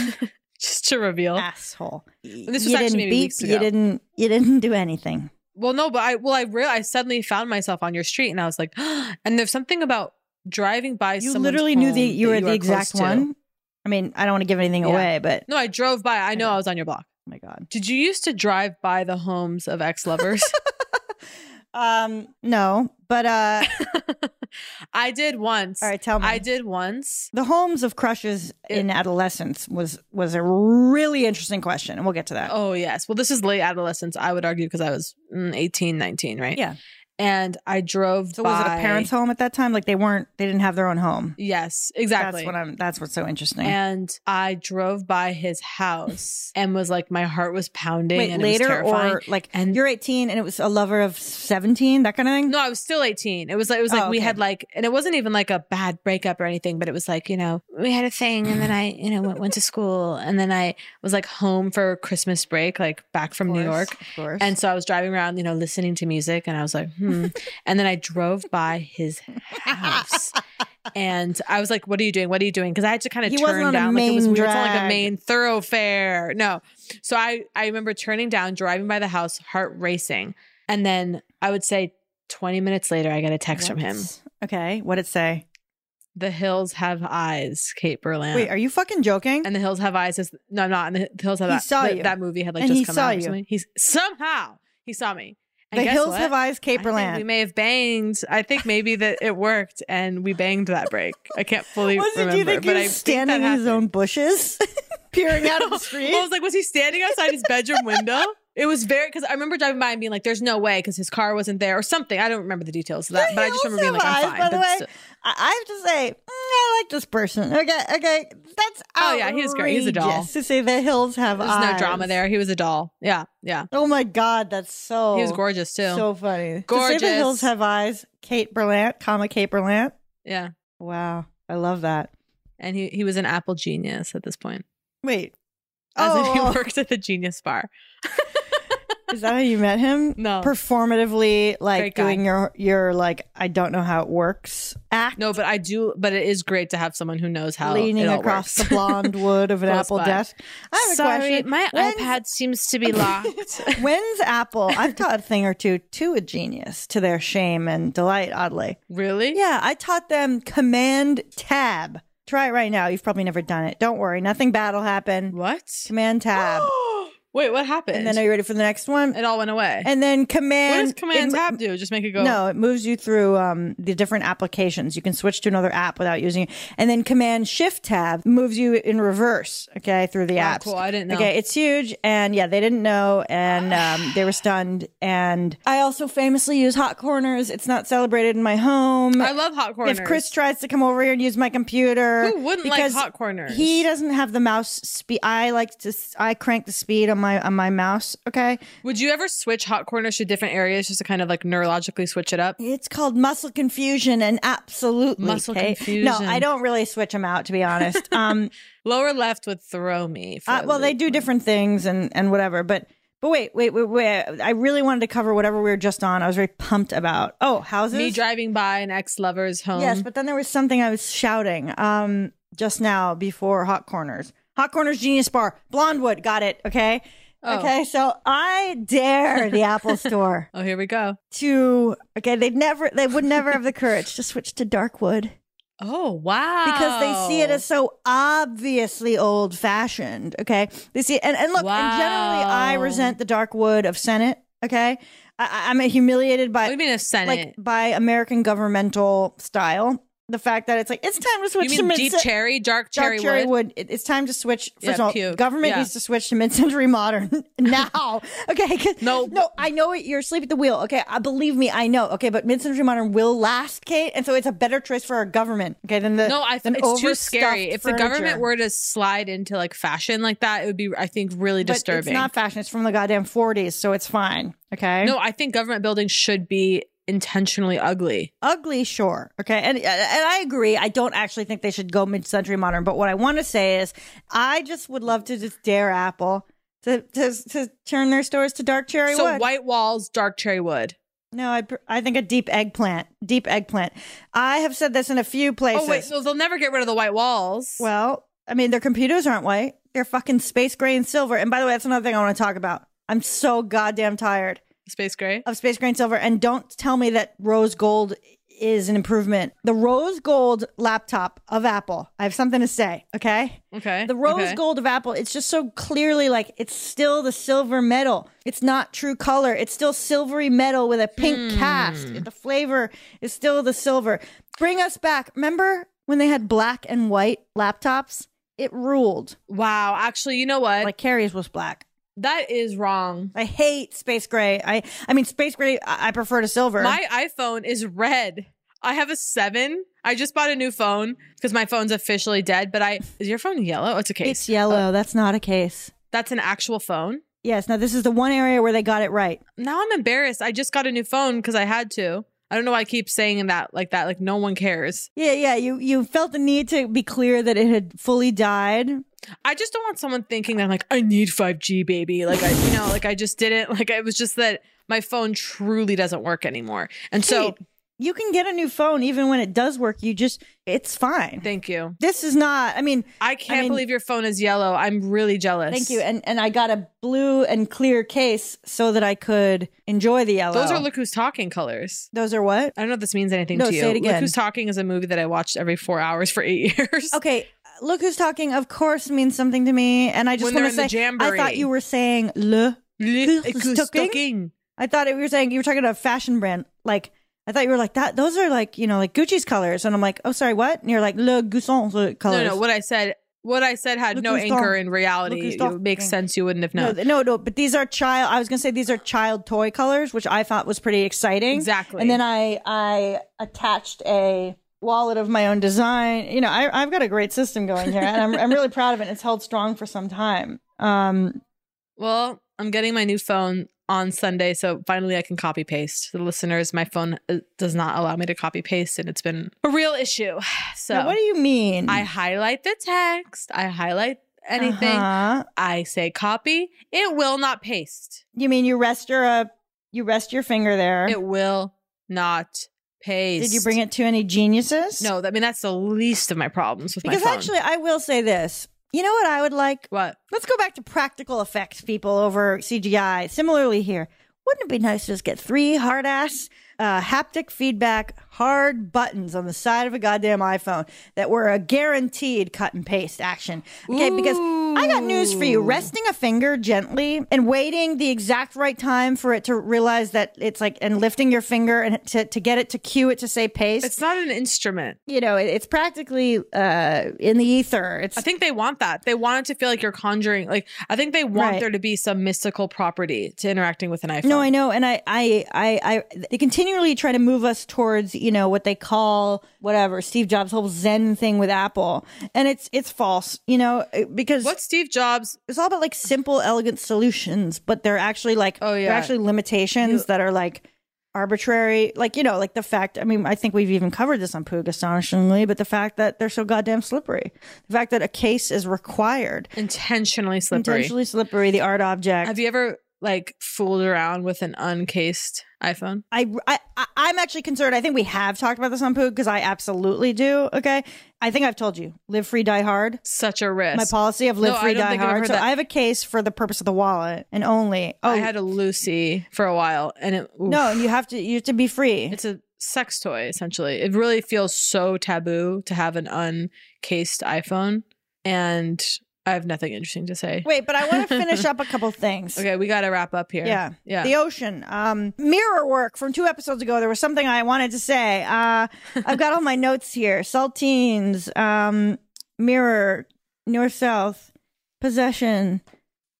C: just to reveal
B: asshole.
C: This was
B: you
C: actually
B: didn't
C: maybe
B: beep.
C: weeks ago.
B: You didn't you didn't do anything.
C: Well, no, but I well I real I suddenly found myself on your street and I was like, and there's something about driving by.
B: You
C: someone's
B: literally knew
C: home
B: that you were
C: that
B: the
C: are
B: exact
C: close to.
B: one. I mean, I don't want to give anything
C: Yeah.
B: away, but
C: No, I drove by. I know I was on your block.
B: Oh my god.
C: Did you used to drive by the homes of ex lovers?
B: um no, but uh
C: I did once. All right,
B: tell me.
C: I did once.
B: the homes of crushes in adolescence was was a really interesting question and we'll get to that.
C: Oh, yes. Well, this is late adolescence, I would argue, because I was mm, 18, 19, right?
B: Yeah.
C: And I drove
B: So
C: by.
B: was it a parents' home at that time? Like they weren't they didn't have their own home.
C: Yes, exactly.
B: That's what I'm that's what's so interesting.
C: And I drove by his house and was like, my heart was pounding.
B: Wait,
C: and it was
B: later
C: terrifying.
B: or like you're 18 and it was a lover of 17, that kind of thing?
C: No, I was still 18. It was like it was like
B: Oh,
C: we
B: okay.
C: had like and it wasn't even like a bad breakup or anything, but it was like, you know, we had a thing and then I, you know, went, went to school and then I was like home for Christmas break, like back from New
B: course,
C: York.
B: of course.
C: And so I was driving around, you know, listening to music and I was like, hmm. and then I drove by his house. And I was like, "What are you doing? What are you doing?" Because I had to kind of
B: He
C: turn
B: wasn't on a
C: down, like it was
B: main
C: weird. It's not like a
B: drag.
C: main thoroughfare. No, so I I remember turning down, driving by the house, heart racing, and then I would say 20 minutes later, I get a text from him.
B: Okay, what did it say?
C: The hills have eyes, Kate Berland.
B: Wait, are you fucking joking?
C: And the hills have eyes. Is, no, I'm not. And the hills have
B: He
C: eyes.
B: saw
C: that,
B: you.
C: that movie had like
B: And
C: just
B: he
C: come
B: saw
C: out. Or
B: you.
C: something. He's somehow he saw me, And
B: The
C: guess
B: Hills
C: what?
B: Have Eyes, Caperland.
C: I think we may have banged. I think maybe that it worked and we banged that break. I can't fully
B: Wasn't- do you
C: remember.
B: think he
C: but
B: was
C: I
B: standing
C: think that
B: in his
C: happened.
B: own bushes, peering out of the street.
C: I was like, was he standing outside his bedroom window? It was very because I remember driving by and being like, "There's no way," because his car wasn't there or something. I don't remember the details of that, but I just remember being like, "I'm fine."
B: By the
C: but
B: way,
C: still-
B: I I have to say, mm, I like this person. Okay, okay, that's outrageous.
C: Oh, yeah, he was great. He was a doll.
B: To say the hills have
C: There's
B: eyes.
C: no drama there. He was a doll. Yeah, yeah.
B: Oh my god, that's so.
C: He was gorgeous, too.
B: So funny. To say
C: Gorgeous.
B: the hills have eyes. Kate Berlant, comma Kate Berlant.
C: Yeah.
B: Wow, I love that.
C: And he he was an Apple genius at this point.
B: Wait,
C: As in,
B: Oh.
C: he worked at the Genius Bar.
B: is that how you met him?
C: No.
B: Performatively, like
C: Great guy.
B: doing your your like I don't know how it works act.
C: No, but I do. But it is great to have someone who knows how
B: leaning
C: it all
B: across
C: works.
B: the blonde wood of an
C: Close
B: apple
C: by.
B: desk. I have
C: Sorry,
B: a question.
C: my iPad seems to be locked.
B: When's Apple? I've taught a thing or two to a genius, to their shame and delight, oddly.
C: Really?
B: Yeah, I taught them Command Tab. Try it right now. You've probably never done it. Don't worry, nothing bad will happen.
C: What?
B: Command Tab.
C: Wait, what happened?
B: and then are you ready for the next one?
C: It all went away.
B: And then Command.
C: what does Command
B: it-
C: Tab do? Just make it go.
B: No, it moves you through um, the different applications. You can switch to another app without using it. And then Command Shift Tab moves you in reverse, okay, through the
C: Oh,
B: apps.
C: cool. I didn't know.
B: Okay, it's huge. And yeah, they didn't know. And um, they were stunned. And I also famously use hot corners. It's not celebrated in my home.
C: I love hot corners.
B: If Chris tries to come over here and use my computer,
C: Who wouldn't like
B: because
C: hot corners?
B: He doesn't have the mouse speed. I like to. s- I crank the speed on my on my mouse. Okay,
C: Would you ever switch hot corners to different areas just to kind of like neurologically switch it up?
B: It's called muscle confusion and absolutely
C: Muscle
B: Kate. No,
C: confusion.
B: I don't really switch them out to be honest. Um,
C: Lower left would throw me. for
B: uh,
C: a
B: well, they
C: loop.
B: do different things and and whatever, but. But wait, wait, wait, wait! I really wanted to cover whatever we were just on. I was very pumped about. Oh, houses.
C: Me driving by an ex lover's home.
B: Yes, but then there was something I was shouting um, just now before Hot Corners. Hot Corners Genius Bar, Blondewood, got it. Okay.
C: Oh.
B: Okay, so I dare the Apple Store
C: oh, here we go.
B: to okay, they'd never they would never have the courage to switch to Darkwood
C: Oh wow!
B: because they see it as so obviously old fashioned. Okay. They see and, and look, and generally I
C: Wow.
B: resent the dark wood of Senate. Okay. I- I, I'm humiliated by
C: What do you mean a Senate?
B: like by American governmental style. The fact that it's like it's time to switch
C: you
B: to
C: mean
B: mid-
C: deep cherry, dark
B: Dark
C: cherry,
B: cherry
C: wood?
B: wood. It- It's time to switch. First
C: Yeah,
B: of all,
C: puke.
B: government
C: Yeah.
B: needs to switch to mid-century modern now. Okay, 'cause- no, I know it, you're asleep at the wheel. Okay, I believe me, I know. Okay, but mid-century modern will last, Kate, and so it's a better choice for our government. Okay, than the
C: no, I
B: than
C: think it's too
B: overstuffed
C: scary. If the
B: furniture.
C: government were to slide into like fashion like that, it would be, I think, really
B: But
C: disturbing.
B: it's not fashion. It's from the goddamn 40s, so it's fine. Okay,
C: No, I think government buildings should be intentionally ugly.
B: ugly, sure. Okay. And and I agree. I don't actually think they should go mid-century modern, but what I want to say is I just would love to just dare Apple to to, to turn their stores to dark cherry
C: so
B: wood.
C: white walls, dark cherry wood.
B: no, I pr- I think a deep eggplant. Deep eggplant. I have said this in a few places.
C: Oh wait, so they'll never get rid of the white walls.
B: Well, I mean, their computers aren't white. They're fucking space gray and silver. And by the way, that's another thing I want to talk about. I'm so goddamn tired
C: Space gray.
B: of space gray and silver. And don't tell me that rose gold is an improvement. The rose gold laptop of Apple. I have something to say. Okay.
C: Okay.
B: The rose
C: okay.
B: gold of Apple, it's just so clearly like it's still the silver metal. It's not true color. It's still silvery metal with a pink
C: Hmm.
B: cast. The flavor is still the silver. Bring us back. Remember when they had black and white laptops? It ruled.
C: Wow. Actually, you know what?
B: Like Carrie's was black.
C: That is wrong.
B: I hate space gray. I I mean space gray I, I prefer to silver.
C: My iPhone is red. I have a seven. I just bought a new phone because my phone's officially dead. But I is your phone yellow? It's a case.
B: It's yellow. oh, That's not a case.
C: That's an actual phone.
B: Yes. Now this is the one area where they got it right.
C: Now I'm embarrassed. I just got a new phone because I had to. I don't know why I keep saying that like that. Like no one cares.
B: Yeah, yeah. You you felt the need to be clear that it had fully died.
C: I just don't want someone thinking that I'm like, I need 5G, baby. Like I, you know, like I just didn't. Like it was just that my phone truly doesn't work anymore. And so,
B: Kate, you can get a new phone even when it does work. You just it's fine.
C: thank you.
B: This is not. I mean,
C: I can't
B: mean-
C: believe your phone is yellow. I'm really jealous.
B: thank you. And and I got a blue and clear case so that I could enjoy the yellow.
C: Those are look who's talking colors.
B: Those are what?
C: I don't know if this means anything
B: No,
C: to you.
B: say it again.
C: Look who's talking is a movie that I watched every four hours for eight years.
B: Okay. Look who's talking. Of course, means something to me. And I just
C: When they're
B: want to
C: in the
B: say, I
C: jamboree.
B: thought you were saying le.
C: Look
B: who's
C: who's
B: talking?
C: talking.
B: I I thought it, you were saying you were talking about a fashion brand. Like I thought you were like that. Those are like you know like Gucci's colors, and I'm like, oh sorry, what? And you're like Le Gousson colors.
C: No, no. What I said, what I said had
B: Look
C: no
B: who's
C: anchor
B: talk-
C: in
B: look
C: reality.
B: who's
C: It
B: talking.
C: makes sense. You wouldn't have known.
B: No, no, no, but these are child. I was gonna say these are child toy colors, which I thought was pretty exciting.
C: Exactly.
B: And then I I attached a wallet of my own design. You know, I, I've got a great system going here, and I'm I'm really proud of it. It's held strong for some time. Um,
C: Well, I'm getting my new phone on Sunday, so finally I can copy paste. The listeners, my phone uh, does not allow me to copy paste, and it's been a real issue. So,
B: Now, what do you mean?
C: I highlight the text, I highlight anything,
B: Uh-huh.
C: I say copy, it will not paste.
B: you mean you rest your uh, you rest your finger there?
C: It will not paste.
B: Did you bring it to any geniuses?
C: No, I mean that's the least of my problems with
B: Because
C: my phone.
B: actually, I will say this. You know what I would like?
C: What?
B: Let's go back to practical effects, people, over CGI. Similarly, here, wouldn't it be nice to just get three hard ass uh, haptic feedback hard buttons on the side of a goddamn iPhone that were a guaranteed cut and paste action? Okay, because I got news for you. Resting a finger gently and waiting the exact right time for it to realize that it's like, and lifting your finger and to, to get it to cue it to say paste.
C: it's not an instrument.
B: you know, it, it's practically uh, in the ether. It's
C: I think they want that. They want it to feel like you're conjuring. Like I think they want
B: Right.
C: there to be some mystical property to interacting with an iPhone.
B: No, I know, and I, I, I, I, they continually try to move us towards, you know, what they call whatever Steve Jobs' whole Zen thing with Apple, and it's it's false, you know, because
C: what Steve Jobs
B: it's all about like simple, elegant solutions, but they're actually like, oh
C: yeah.
B: they're actually limitations that are like arbitrary, like you know, like the fact. I mean, I think we've even covered this on Poog, astonishingly, but the fact that they're so goddamn slippery, the fact that a case is required,
C: intentionally slippery.
B: intentionally slippery, the art object.
C: Have you ever like fooled around with an uncased iPhone?
B: I, I I- I'm actually concerned. I think we have talked about this on Poog because I absolutely do. Okay, I think I've told you live free, die hard.
C: Such a risk.
B: My policy of live
C: No, I
B: free,
C: don't
B: die
C: think I've
B: hard.
C: heard
B: So
C: that.
B: I have a case for the purpose of the wallet and only. Oh
C: I had a Lucy for a while, and it oof.
B: no, you have to you have to be free.
C: It's a sex toy essentially. It really feels so taboo to have an uncased iPhone, and I have nothing interesting to say.
B: Wait, but I want to finish up a couple things.
C: Okay, we got to wrap up here.
B: Yeah.
C: yeah.
B: The ocean. Um, mirror work from two episodes ago. There was something I wanted to say. Uh, I've got all my notes here. Saltines, um, mirror, north south, possession.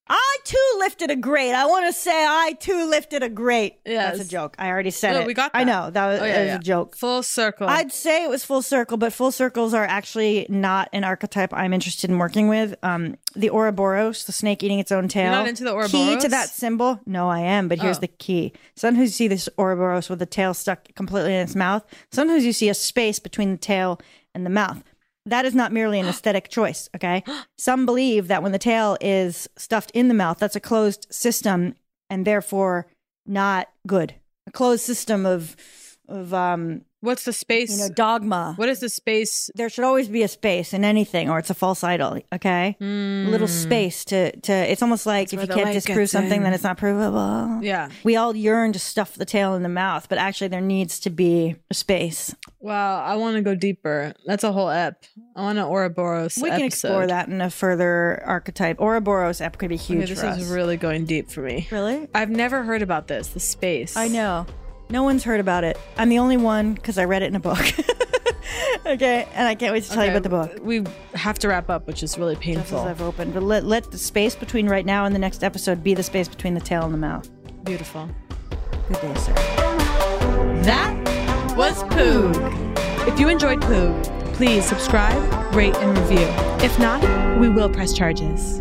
B: I too lifted a grate. I want to say I too lifted a grate. That's
C: Yes.
B: a joke. I already said
C: No,
B: it.
C: we got
B: I
C: that.
B: know. That was,
C: Oh, yeah,
B: that was
C: yeah.
B: a joke.
C: Full circle.
B: I'd say it was full circle, but full circles are actually not an archetype I'm interested in working with. Um, the Ouroboros, the snake eating its own tail.
C: not into the
B: Key to
C: Ouroboros?
B: that symbol? No, I am, but here's
C: Oh.
B: the key. Sometimes you see this Ouroboros with the tail stuck completely in its mouth. Sometimes you see a space between the tail and the mouth. That is not merely an aesthetic choice, okay? Some believe that when the tail is stuffed in the mouth, that's a closed system and therefore not good. A closed system of of um
C: What's the space?
B: you know dogma
C: what is the space?
B: there should always be a space in anything or it's a false idol okay a little space to to it's almost like if
C: where
B: you
C: the
B: can't
C: light
B: disprove
C: gets
B: something
C: in.
B: then it's not provable
C: Yeah.
B: we all yearn to stuff the tail in the mouth but actually there needs to be a space
C: Wow, I want to go deeper. That's a whole ep. I want an Ouroboros.
B: we can explore
C: episode.
B: that in a further archetype ouroboros app could be
C: Okay,
B: huge
C: this
B: for
C: is
B: us.
C: really going deep for me.
B: Really?
C: I've never heard about this. The space.
B: i know no one's heard about it i'm the only one because i read it in a book okay and i can't wait to tell you
C: Okay,
B: about the book
C: We have to wrap up, which is really painful.
B: I've opened, but let, let the space between right now and the next episode be the space between the tail and the mouth.
C: Beautiful.
B: Good day, sir.
C: That was Poog. If you enjoyed Poog, please subscribe, rate, and review. If not, we will press charges.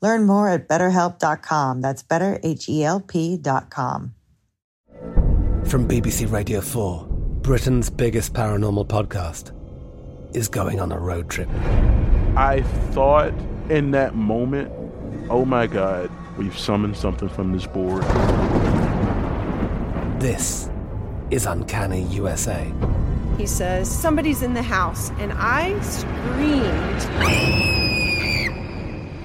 D: Learn more at betterhelp.com. That's betterhelp.com.
J: From BBC Radio 4, Britain's biggest paranormal podcast is going on a road trip.
K: I thought in that moment, oh my God, We've summoned something from this board.
J: This is Uncanny USA.
L: He says, Somebody's in the house. And I screamed.